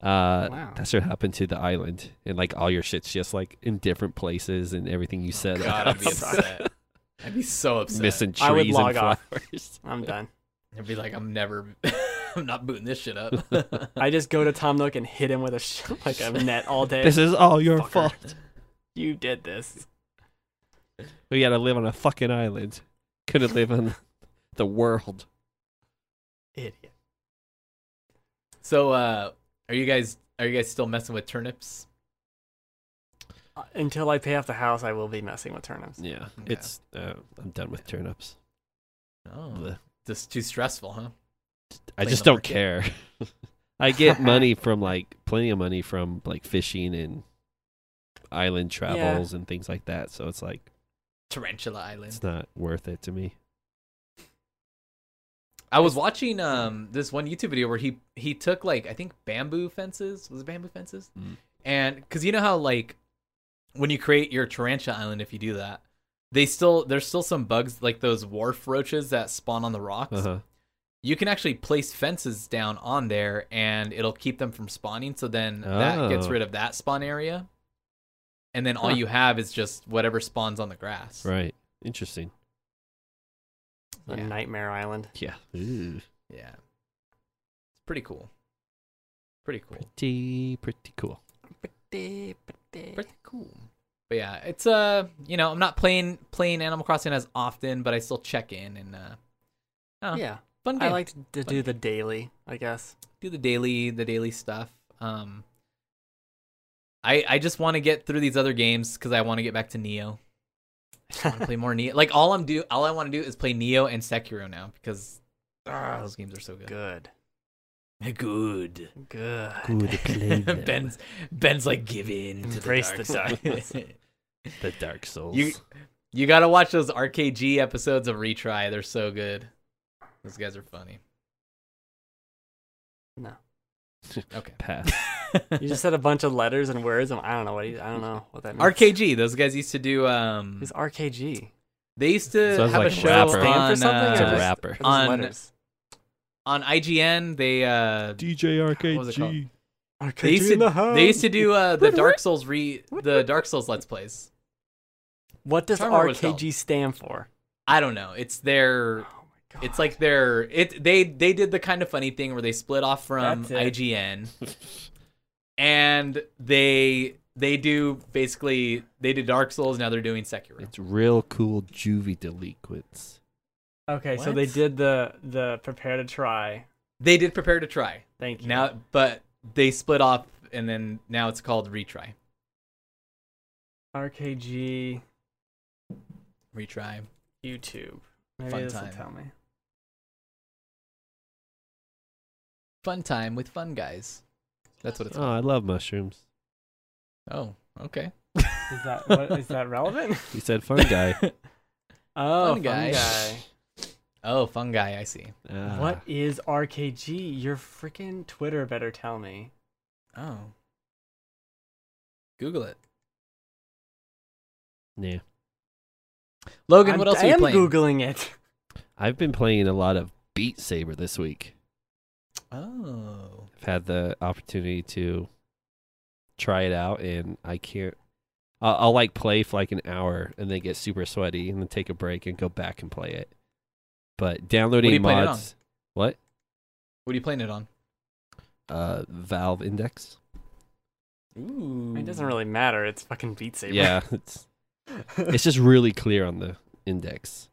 [SPEAKER 3] Uh,
[SPEAKER 2] Wow.
[SPEAKER 3] that's what happened to the island, and like all your shit's just like in different places, and everything you said,
[SPEAKER 1] God, I'd be upset. I'd be so upset.
[SPEAKER 3] missing trees
[SPEAKER 2] I would
[SPEAKER 3] and
[SPEAKER 2] log off.
[SPEAKER 3] flowers.
[SPEAKER 2] I'm done.
[SPEAKER 1] I'd be like, "I'm never. I'm not booting this shit up."
[SPEAKER 2] I just go to Tom Nook and hit him with a sh- like a net all day.
[SPEAKER 3] This is all your
[SPEAKER 2] Fucker.
[SPEAKER 3] fault.
[SPEAKER 2] you did this.
[SPEAKER 3] We gotta live on a fucking island. Couldn't live on the world.
[SPEAKER 2] Idiot.
[SPEAKER 1] So, uh, are you guys are you guys still messing with turnips?
[SPEAKER 2] Uh, Until I pay off the house, I will be messing with turnips.
[SPEAKER 3] Yeah,
[SPEAKER 1] Okay.
[SPEAKER 3] it's. Uh, I'm done with turnips.
[SPEAKER 1] Oh,
[SPEAKER 3] Blech.
[SPEAKER 1] just too stressful, huh?
[SPEAKER 3] I
[SPEAKER 1] Clean
[SPEAKER 3] just
[SPEAKER 1] the
[SPEAKER 3] don't care. I get money from like plenty of money from like fishing and island travels and things like that. So it's like
[SPEAKER 1] Tarantula Island.
[SPEAKER 3] it's not worth it to me.
[SPEAKER 1] I was watching um this one YouTube video where he he took like I think bamboo fences was it bamboo fences,
[SPEAKER 3] Mm.
[SPEAKER 1] and because you know how like when you create your tarantula island, if you do that, they still there's still some bugs like those wharf roaches that spawn on the rocks.
[SPEAKER 3] Uh-huh.
[SPEAKER 1] You can actually place fences down on there, and it'll keep them from spawning. So then that gets
[SPEAKER 3] Oh.
[SPEAKER 1] rid of that spawn area, and then all
[SPEAKER 2] Huh.
[SPEAKER 1] you have is just whatever spawns on the grass.
[SPEAKER 3] Right. Interesting.
[SPEAKER 2] A
[SPEAKER 1] Yeah.
[SPEAKER 2] Nightmare Island.
[SPEAKER 3] Yeah.
[SPEAKER 1] Yeah, it's pretty cool. Pretty cool.
[SPEAKER 3] Pretty pretty cool.
[SPEAKER 1] pretty cool. But yeah, it's uh, you know, I'm not playing playing Animal Crossing as often, but I still check in and uh, Huh.
[SPEAKER 2] Yeah,
[SPEAKER 1] fun
[SPEAKER 2] I
[SPEAKER 1] game.
[SPEAKER 2] like to do the daily. I guess.
[SPEAKER 1] do the daily the daily stuff. Um, I I just want to get through these other games because I want to get back to Neo. I just want to play more Neo. Like all I'm do all I want to do is play Neo and Sekiro now because ah, those games are so good.
[SPEAKER 2] Good.
[SPEAKER 1] Good.
[SPEAKER 2] Good.
[SPEAKER 3] Good play them.
[SPEAKER 1] Ben's Ben's like give in to
[SPEAKER 2] Embrace
[SPEAKER 1] the
[SPEAKER 2] the
[SPEAKER 1] dark
[SPEAKER 2] darkness.
[SPEAKER 1] side.
[SPEAKER 3] The Dark Souls.
[SPEAKER 1] You you gotta watch those RKG episodes of Retry. They're so good. Those guys are funny.
[SPEAKER 2] No.
[SPEAKER 1] Okay.
[SPEAKER 3] pass.
[SPEAKER 2] You just said a bunch of letters and words, and I don't know what he, I don't know what that means.
[SPEAKER 1] RKG. Those guys used to do. Um,
[SPEAKER 2] It's RKG.
[SPEAKER 1] they used to
[SPEAKER 3] Sounds
[SPEAKER 1] have a
[SPEAKER 3] like
[SPEAKER 1] show
[SPEAKER 3] rapper.
[SPEAKER 1] on
[SPEAKER 2] Stand for something
[SPEAKER 1] uh,
[SPEAKER 3] It's
[SPEAKER 2] or
[SPEAKER 3] a
[SPEAKER 2] just-
[SPEAKER 3] rapper.
[SPEAKER 2] What are those
[SPEAKER 1] On-
[SPEAKER 2] letters?
[SPEAKER 1] on IGN. They uh,
[SPEAKER 3] DJ
[SPEAKER 1] was it called?
[SPEAKER 3] RKG.
[SPEAKER 2] RKG
[SPEAKER 1] they used to they used to do uh, the
[SPEAKER 2] What-
[SPEAKER 1] Dark Souls re the Dark Souls Let's Plays.
[SPEAKER 2] What does
[SPEAKER 1] I don't remember what it's called.
[SPEAKER 2] RKG stand for?
[SPEAKER 1] I don't know. It's their. Oh It's like their it they they did the kind of funny thing where they split off from
[SPEAKER 2] That's it.
[SPEAKER 1] IGN. and they they do basically they did Dark Souls now they're doing Sekiro.
[SPEAKER 3] It's real cool juvie delinquents.
[SPEAKER 2] okay, so
[SPEAKER 1] What?
[SPEAKER 2] they did the the prepare to try.
[SPEAKER 1] They did Prepare to Try
[SPEAKER 2] Thank you.
[SPEAKER 1] now, but they split off and then now it's called Retry.
[SPEAKER 2] RKG
[SPEAKER 1] Retry.
[SPEAKER 2] YouTube. Maybe
[SPEAKER 1] Fun
[SPEAKER 2] this will
[SPEAKER 1] time.
[SPEAKER 2] tell me.
[SPEAKER 1] Fun time with fun guys. That's what it's
[SPEAKER 3] Oh, I love mushrooms.
[SPEAKER 1] called. Oh, okay.
[SPEAKER 2] Is that what, is that relevant?
[SPEAKER 3] You said fun guy.
[SPEAKER 2] Oh,
[SPEAKER 1] Fun
[SPEAKER 2] fun
[SPEAKER 1] guy.
[SPEAKER 2] guy.
[SPEAKER 1] Oh, fun guy, I see.
[SPEAKER 3] Ah.
[SPEAKER 2] What is RKG? Your freaking Twitter better tell me.
[SPEAKER 1] Oh. Google it.
[SPEAKER 3] Yeah.
[SPEAKER 1] Logan,
[SPEAKER 2] I'm-
[SPEAKER 1] what else
[SPEAKER 2] I
[SPEAKER 1] are you
[SPEAKER 2] am
[SPEAKER 1] playing?
[SPEAKER 2] googling it.
[SPEAKER 3] I've been playing a lot of Beat Saber this week.
[SPEAKER 1] Oh.
[SPEAKER 3] I've had the opportunity to try it out, and I can't. I'll, I'll like play for like an hour, and then get super sweaty, and then take a break and go back and play it. But downloading
[SPEAKER 1] playing it
[SPEAKER 3] mods, what?
[SPEAKER 1] What are you playing it on?
[SPEAKER 3] Uh, Valve Index.
[SPEAKER 1] Ooh.
[SPEAKER 2] It doesn't really matter. It's fucking Beat Saber.
[SPEAKER 3] Yeah, it's it's just really clear on the index.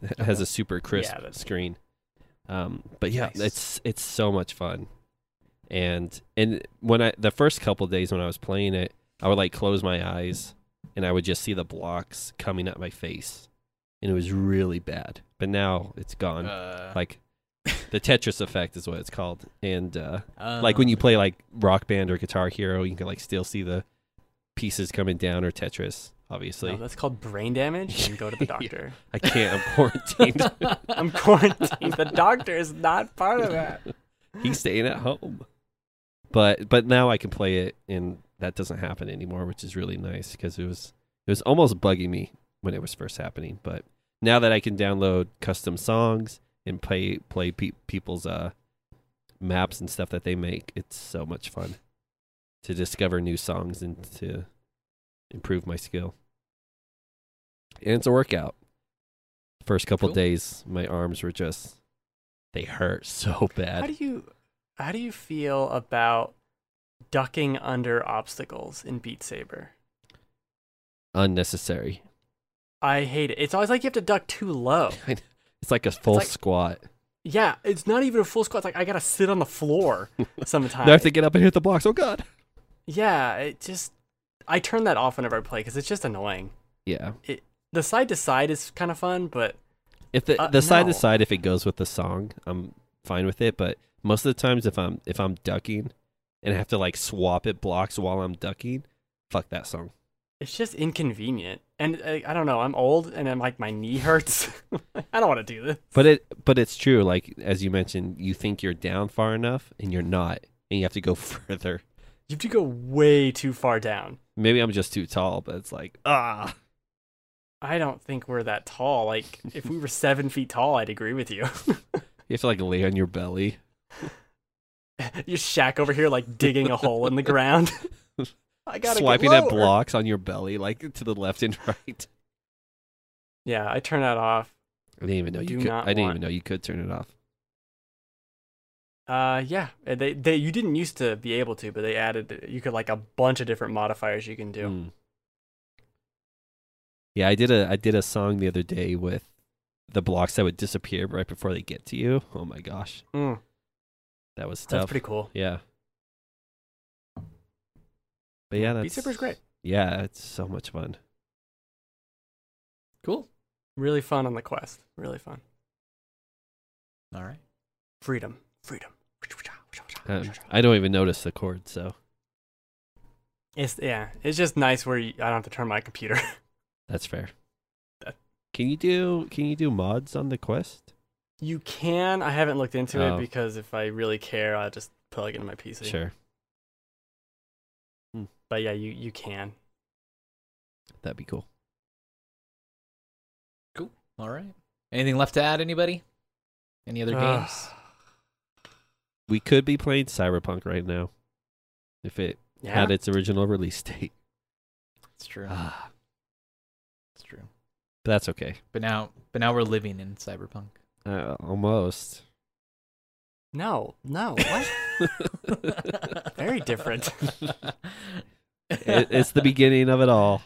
[SPEAKER 3] It has a super crisp
[SPEAKER 2] Uh-huh. Yeah, that's-
[SPEAKER 3] screen. Um, but yeah,
[SPEAKER 2] Nice.
[SPEAKER 3] it's it's so much fun. And and when I the first couple days when I was playing it, I would like close my eyes and I would just see the blocks coming at my face, and it was really bad. But now it's gone.
[SPEAKER 1] Uh,
[SPEAKER 3] like the Tetris effect is what it's called, and uh,
[SPEAKER 1] uh,
[SPEAKER 3] like when you play like Rock Band or Guitar Hero, you can like still see the pieces coming down or Tetris. Obviously,
[SPEAKER 2] No, that's called brain damage. And go to the
[SPEAKER 3] Yeah.
[SPEAKER 2] doctor.
[SPEAKER 3] I can't. I'm quarantined.
[SPEAKER 2] I'm quarantined. The doctor is not part of that.
[SPEAKER 3] He's staying at home. But but now I can play it, and that doesn't happen anymore, which is really nice because it was it was almost bugging me when it was first happening. But now that I can download custom songs and play play pe- people's uh maps and stuff that they make, it's so much fun to discover new songs and to improve my skill. And it's a workout. First couple
[SPEAKER 1] Cool.
[SPEAKER 3] days, my arms were just they hurt so bad.
[SPEAKER 2] How do you how do you feel about ducking under obstacles in Beat Saber?
[SPEAKER 3] unnecessary.
[SPEAKER 2] I hate it. It's always like you have to duck too low.
[SPEAKER 3] It's like a full
[SPEAKER 2] like-
[SPEAKER 3] squat.
[SPEAKER 2] Yeah, it's not even a full squat. It's like I gotta sit on the floor
[SPEAKER 3] Now
[SPEAKER 2] sometimes.
[SPEAKER 3] I have to get up and hit the blocks. Oh god.
[SPEAKER 2] yeah, it just I turn that off whenever I play because it's just annoying.
[SPEAKER 3] Yeah.
[SPEAKER 2] The side to side is kind of fun, but
[SPEAKER 3] If the
[SPEAKER 2] Uh,
[SPEAKER 3] the side
[SPEAKER 2] no.
[SPEAKER 3] to side, if it goes with the song, I'm fine with it. But most of the times, if I'm if I'm ducking and I have to like swap it blocks while I'm ducking, fuck that song.
[SPEAKER 2] it's just inconvenient. And uh, I, I don't know. I'm old, and I'm like my knee hurts. I don't want to do this.
[SPEAKER 3] But it but it's true. Like as you mentioned, you think you're down far enough, and you're not, and you have to go further.
[SPEAKER 2] You have to go way too far down.
[SPEAKER 3] Maybe I'm just too tall, but it's like ah,
[SPEAKER 2] I don't think we're that tall. Like if we were seven feet tall, I'd agree with you.
[SPEAKER 3] You have to like lay on your belly.
[SPEAKER 2] Your shack over here, like digging a hole in the ground. I gotta get
[SPEAKER 3] Swiping at
[SPEAKER 2] lower.
[SPEAKER 3] blocks on your belly, like to the left and right.
[SPEAKER 2] Yeah, I turn that off.
[SPEAKER 3] I didn't even know
[SPEAKER 2] Do
[SPEAKER 3] you could.
[SPEAKER 2] not
[SPEAKER 3] I didn't
[SPEAKER 2] want-
[SPEAKER 3] even know you could turn it off.
[SPEAKER 2] Uh, yeah, uh, they they you didn't used to be able to, but they added you could like a bunch of different modifiers you can do.
[SPEAKER 3] Mm. Yeah, I did a I did a song the other day with the blocks that would disappear right before they get to you. Oh my gosh,
[SPEAKER 2] Mm,
[SPEAKER 3] that was
[SPEAKER 2] that's
[SPEAKER 3] tough.
[SPEAKER 2] pretty cool.
[SPEAKER 3] Yeah. But yeah, that's
[SPEAKER 2] Beat Saber's great.
[SPEAKER 3] Yeah, it's so much fun.
[SPEAKER 1] Cool.
[SPEAKER 2] Really fun on the quest. Really fun.
[SPEAKER 1] All right.
[SPEAKER 2] Freedom. Freedom.
[SPEAKER 3] Um, I don't even notice the chord, so
[SPEAKER 2] It's yeah. It's just nice where you, I don't have to turn my computer.
[SPEAKER 3] that's fair.
[SPEAKER 2] That-
[SPEAKER 3] Can you do Can you do mods on the quest?
[SPEAKER 2] you can. I haven't looked into
[SPEAKER 3] Oh.
[SPEAKER 2] it because if I really care, I'll just plug it in my PC.
[SPEAKER 3] Sure,
[SPEAKER 2] But yeah, you you can.
[SPEAKER 3] that'd be cool.
[SPEAKER 1] All right. Anything left to add, anybody? Any other
[SPEAKER 2] Ugh.
[SPEAKER 1] games?
[SPEAKER 3] We could be playing Cyberpunk right now if it
[SPEAKER 2] Yeah,
[SPEAKER 3] had its original release date.
[SPEAKER 1] It's true.
[SPEAKER 3] Ah,
[SPEAKER 1] It's true.
[SPEAKER 3] but that's okay.
[SPEAKER 1] But now, but now we're living in cyberpunk.
[SPEAKER 3] Uh, almost.
[SPEAKER 2] No, no. What? Very different.
[SPEAKER 3] It- it's the beginning of it all.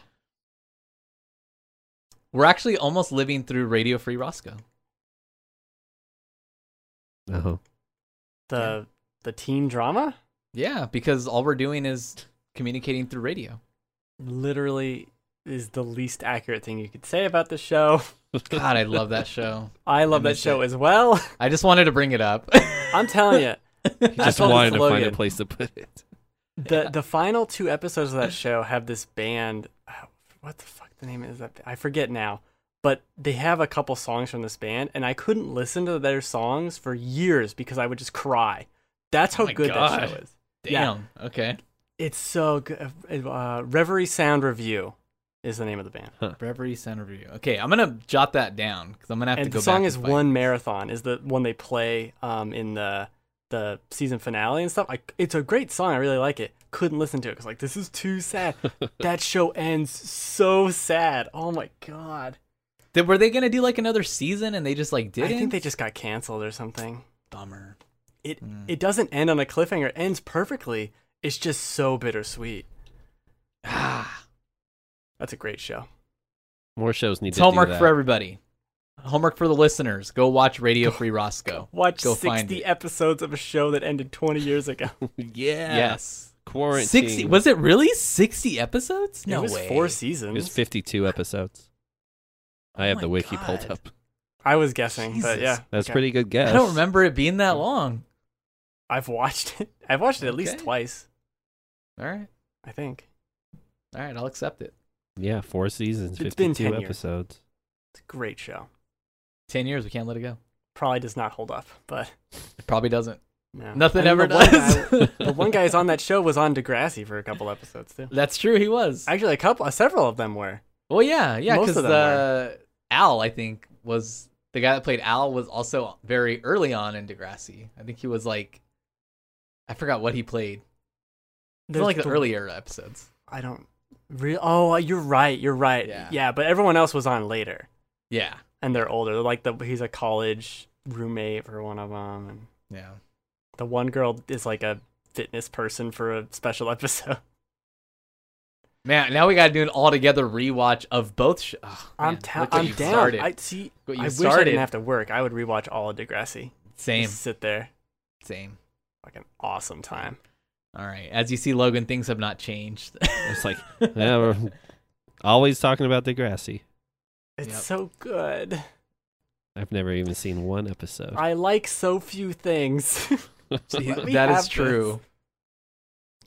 [SPEAKER 1] We're actually almost living through Radio Free Roscoe.
[SPEAKER 3] Uh-huh.
[SPEAKER 2] the the teen drama?
[SPEAKER 1] Yeah, because all we're doing is communicating through radio.
[SPEAKER 2] literally is the least accurate thing you could say about the show.
[SPEAKER 1] God, I love that show.
[SPEAKER 2] I love that
[SPEAKER 1] miss
[SPEAKER 2] show
[SPEAKER 1] it.
[SPEAKER 2] as well.
[SPEAKER 1] I just wanted to bring it up.
[SPEAKER 2] I'm telling you, I
[SPEAKER 3] Just
[SPEAKER 2] told
[SPEAKER 3] wanted to find a
[SPEAKER 2] Logan.
[SPEAKER 3] place to put it.
[SPEAKER 2] the the final two episodes of that show have this band. oh, What the fuck the name is that? I forget now. But they have a couple songs from this band, and I couldn't listen to their songs for years because I would just cry. That's how
[SPEAKER 1] Oh my
[SPEAKER 2] good that show
[SPEAKER 1] God.
[SPEAKER 2] is. Yeah.
[SPEAKER 1] Damn. Okay.
[SPEAKER 2] It's so good. Uh, Reverie Sound Review is the name of the band.
[SPEAKER 1] Reverie Center Review. Okay, I'm gonna jot that down because I'm gonna have
[SPEAKER 2] and
[SPEAKER 1] to go.
[SPEAKER 2] the song
[SPEAKER 1] back
[SPEAKER 2] is
[SPEAKER 1] and find-
[SPEAKER 2] one marathon is the one they play um in the the season finale and stuff I, it's a great song i really like it couldn't listen to it because like this is too sad that show ends so sad oh my god
[SPEAKER 1] Did, were they gonna do like another season and they just like didn't?
[SPEAKER 2] i think they just got canceled or something
[SPEAKER 1] bummer. Hmm.
[SPEAKER 2] it it doesn't end on a cliffhanger it ends perfectly it's just so bittersweet
[SPEAKER 1] Ah,
[SPEAKER 2] that's a great show
[SPEAKER 3] More shows need
[SPEAKER 1] it's
[SPEAKER 3] to
[SPEAKER 1] homework
[SPEAKER 3] do that.
[SPEAKER 1] for everybody. Homework for the listeners. Go watch Radio Free Roscoe.
[SPEAKER 2] watch
[SPEAKER 1] Go find
[SPEAKER 2] 60
[SPEAKER 1] it.
[SPEAKER 2] episodes of a show that ended 20 years ago
[SPEAKER 3] yeah.
[SPEAKER 1] Yes.
[SPEAKER 3] Quarantine.
[SPEAKER 1] Sixty. Was it really sixty episodes? No
[SPEAKER 2] it was
[SPEAKER 1] way.
[SPEAKER 2] four
[SPEAKER 3] It
[SPEAKER 2] seasons
[SPEAKER 3] was 52 episodes. I
[SPEAKER 1] Oh
[SPEAKER 3] have
[SPEAKER 1] my
[SPEAKER 3] the wiki
[SPEAKER 1] God.
[SPEAKER 3] pulled up.
[SPEAKER 2] i was guessing but
[SPEAKER 1] Jesus.
[SPEAKER 2] yeah
[SPEAKER 3] That's
[SPEAKER 2] okay.
[SPEAKER 3] pretty good guess.
[SPEAKER 1] I don't remember it being that long.
[SPEAKER 2] I've watched it. I've watched it at least
[SPEAKER 1] Okay.
[SPEAKER 2] twice,
[SPEAKER 1] All right.
[SPEAKER 2] I think.
[SPEAKER 1] All right. I'll accept it.
[SPEAKER 3] Yeah, four seasons,
[SPEAKER 2] It's been
[SPEAKER 3] 52
[SPEAKER 2] 10 years.
[SPEAKER 3] episodes.
[SPEAKER 2] It's a great show.
[SPEAKER 1] Ten years. We can't let it go.
[SPEAKER 2] Probably does not hold up, but
[SPEAKER 1] It probably doesn't.
[SPEAKER 2] no.
[SPEAKER 1] Nothing
[SPEAKER 2] And
[SPEAKER 1] ever
[SPEAKER 2] the one
[SPEAKER 1] does.
[SPEAKER 2] guy- the one guy who's on that show was on Degrassi for a couple episodes too.
[SPEAKER 1] That's true. He was.
[SPEAKER 2] Actually, a couple, uh, several of them were.
[SPEAKER 1] Well, yeah, yeah,
[SPEAKER 2] Most
[SPEAKER 1] because
[SPEAKER 2] of them are.
[SPEAKER 1] uh, Al, I think, was the guy that played Al was also very early on in Degrassi. I think he was like, I forgot what he played. It was
[SPEAKER 2] There's
[SPEAKER 1] like the
[SPEAKER 2] the-
[SPEAKER 1] earlier episodes.
[SPEAKER 2] I don't. Re- oh, you're right. You're right.
[SPEAKER 1] Yeah.
[SPEAKER 2] but everyone else was on later,
[SPEAKER 1] Yeah,
[SPEAKER 2] and they're older. They're like the he's a college roommate for one of them, and
[SPEAKER 1] yeah.
[SPEAKER 2] the one girl is like a fitness person for a special episode.
[SPEAKER 1] Man, now we got to do an all together rewatch of both. Sh- oh,
[SPEAKER 2] I'm
[SPEAKER 1] man,
[SPEAKER 2] ta-
[SPEAKER 1] look what
[SPEAKER 2] I'm
[SPEAKER 1] you
[SPEAKER 2] down.
[SPEAKER 1] started.
[SPEAKER 2] I see.
[SPEAKER 1] What you
[SPEAKER 2] I wish I
[SPEAKER 1] started.
[SPEAKER 2] didn't have to work. I would rewatch all of Degrassi.
[SPEAKER 1] Same,
[SPEAKER 2] Just sit there.
[SPEAKER 1] same.
[SPEAKER 2] Fucking awesome time.
[SPEAKER 1] All right, as you see, Logan, things have not changed.
[SPEAKER 3] It's like, yeah, we're always talking about Degrassi.
[SPEAKER 2] It's
[SPEAKER 1] Yep.
[SPEAKER 2] so good.
[SPEAKER 3] I've never even seen one episode.
[SPEAKER 2] I like so few things.
[SPEAKER 1] See,
[SPEAKER 2] Let me
[SPEAKER 1] that
[SPEAKER 2] have
[SPEAKER 1] is
[SPEAKER 2] this.
[SPEAKER 1] true.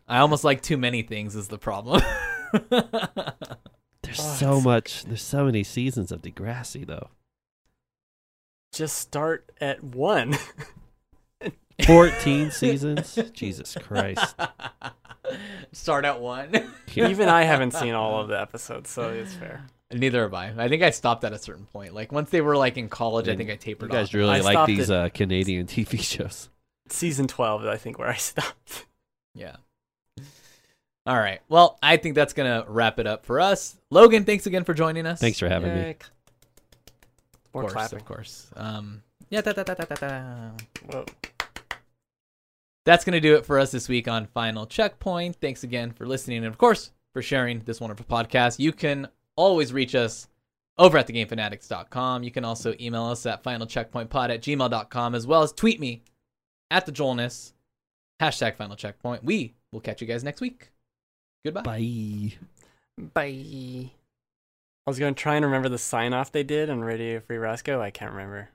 [SPEAKER 1] I almost like too many things is the problem.
[SPEAKER 3] There's
[SPEAKER 2] Oh,
[SPEAKER 3] so
[SPEAKER 2] it's-
[SPEAKER 3] much. There's so many seasons of Degrassi, though.
[SPEAKER 2] Just start at one.
[SPEAKER 3] 14 seasons? Jesus Christ.
[SPEAKER 1] Start at one.
[SPEAKER 3] Yeah.
[SPEAKER 2] Even I haven't seen all of the episodes, so it's fair.
[SPEAKER 1] Neither have I. I think I stopped at a certain point. Like once they were like in college, I
[SPEAKER 3] And
[SPEAKER 1] think I
[SPEAKER 3] You
[SPEAKER 1] tapered
[SPEAKER 3] guys
[SPEAKER 1] off.
[SPEAKER 3] really
[SPEAKER 2] I
[SPEAKER 3] like
[SPEAKER 2] stopped
[SPEAKER 3] these
[SPEAKER 2] it.
[SPEAKER 3] uh, Canadian TV shows.
[SPEAKER 2] Season twelve, I think, where I stopped.
[SPEAKER 1] Yeah. All right. Well, I think that's gonna wrap it up for us. Logan, thanks again for joining us.
[SPEAKER 3] Thanks for having me.
[SPEAKER 2] Yay. More
[SPEAKER 1] Of course,
[SPEAKER 2] clapping.
[SPEAKER 1] of course. Um, yeah, da, da, da, da, da, da.
[SPEAKER 2] Whoa.
[SPEAKER 1] That's going to do it for us this week on Final Checkpoint. Thanks again for listening and, of course, for sharing this wonderful podcast. You can always reach us over at thegamefanatics.com. You can also email us at finalcheckpointpod at gmail.com, as well as tweet me at the Joelness, hashtag Final Checkpoint. We will catch you guys next week. Goodbye.
[SPEAKER 3] Bye.
[SPEAKER 2] Bye. I was going to try and remember the sign off they did on Radio Free Roscoe. I can't remember.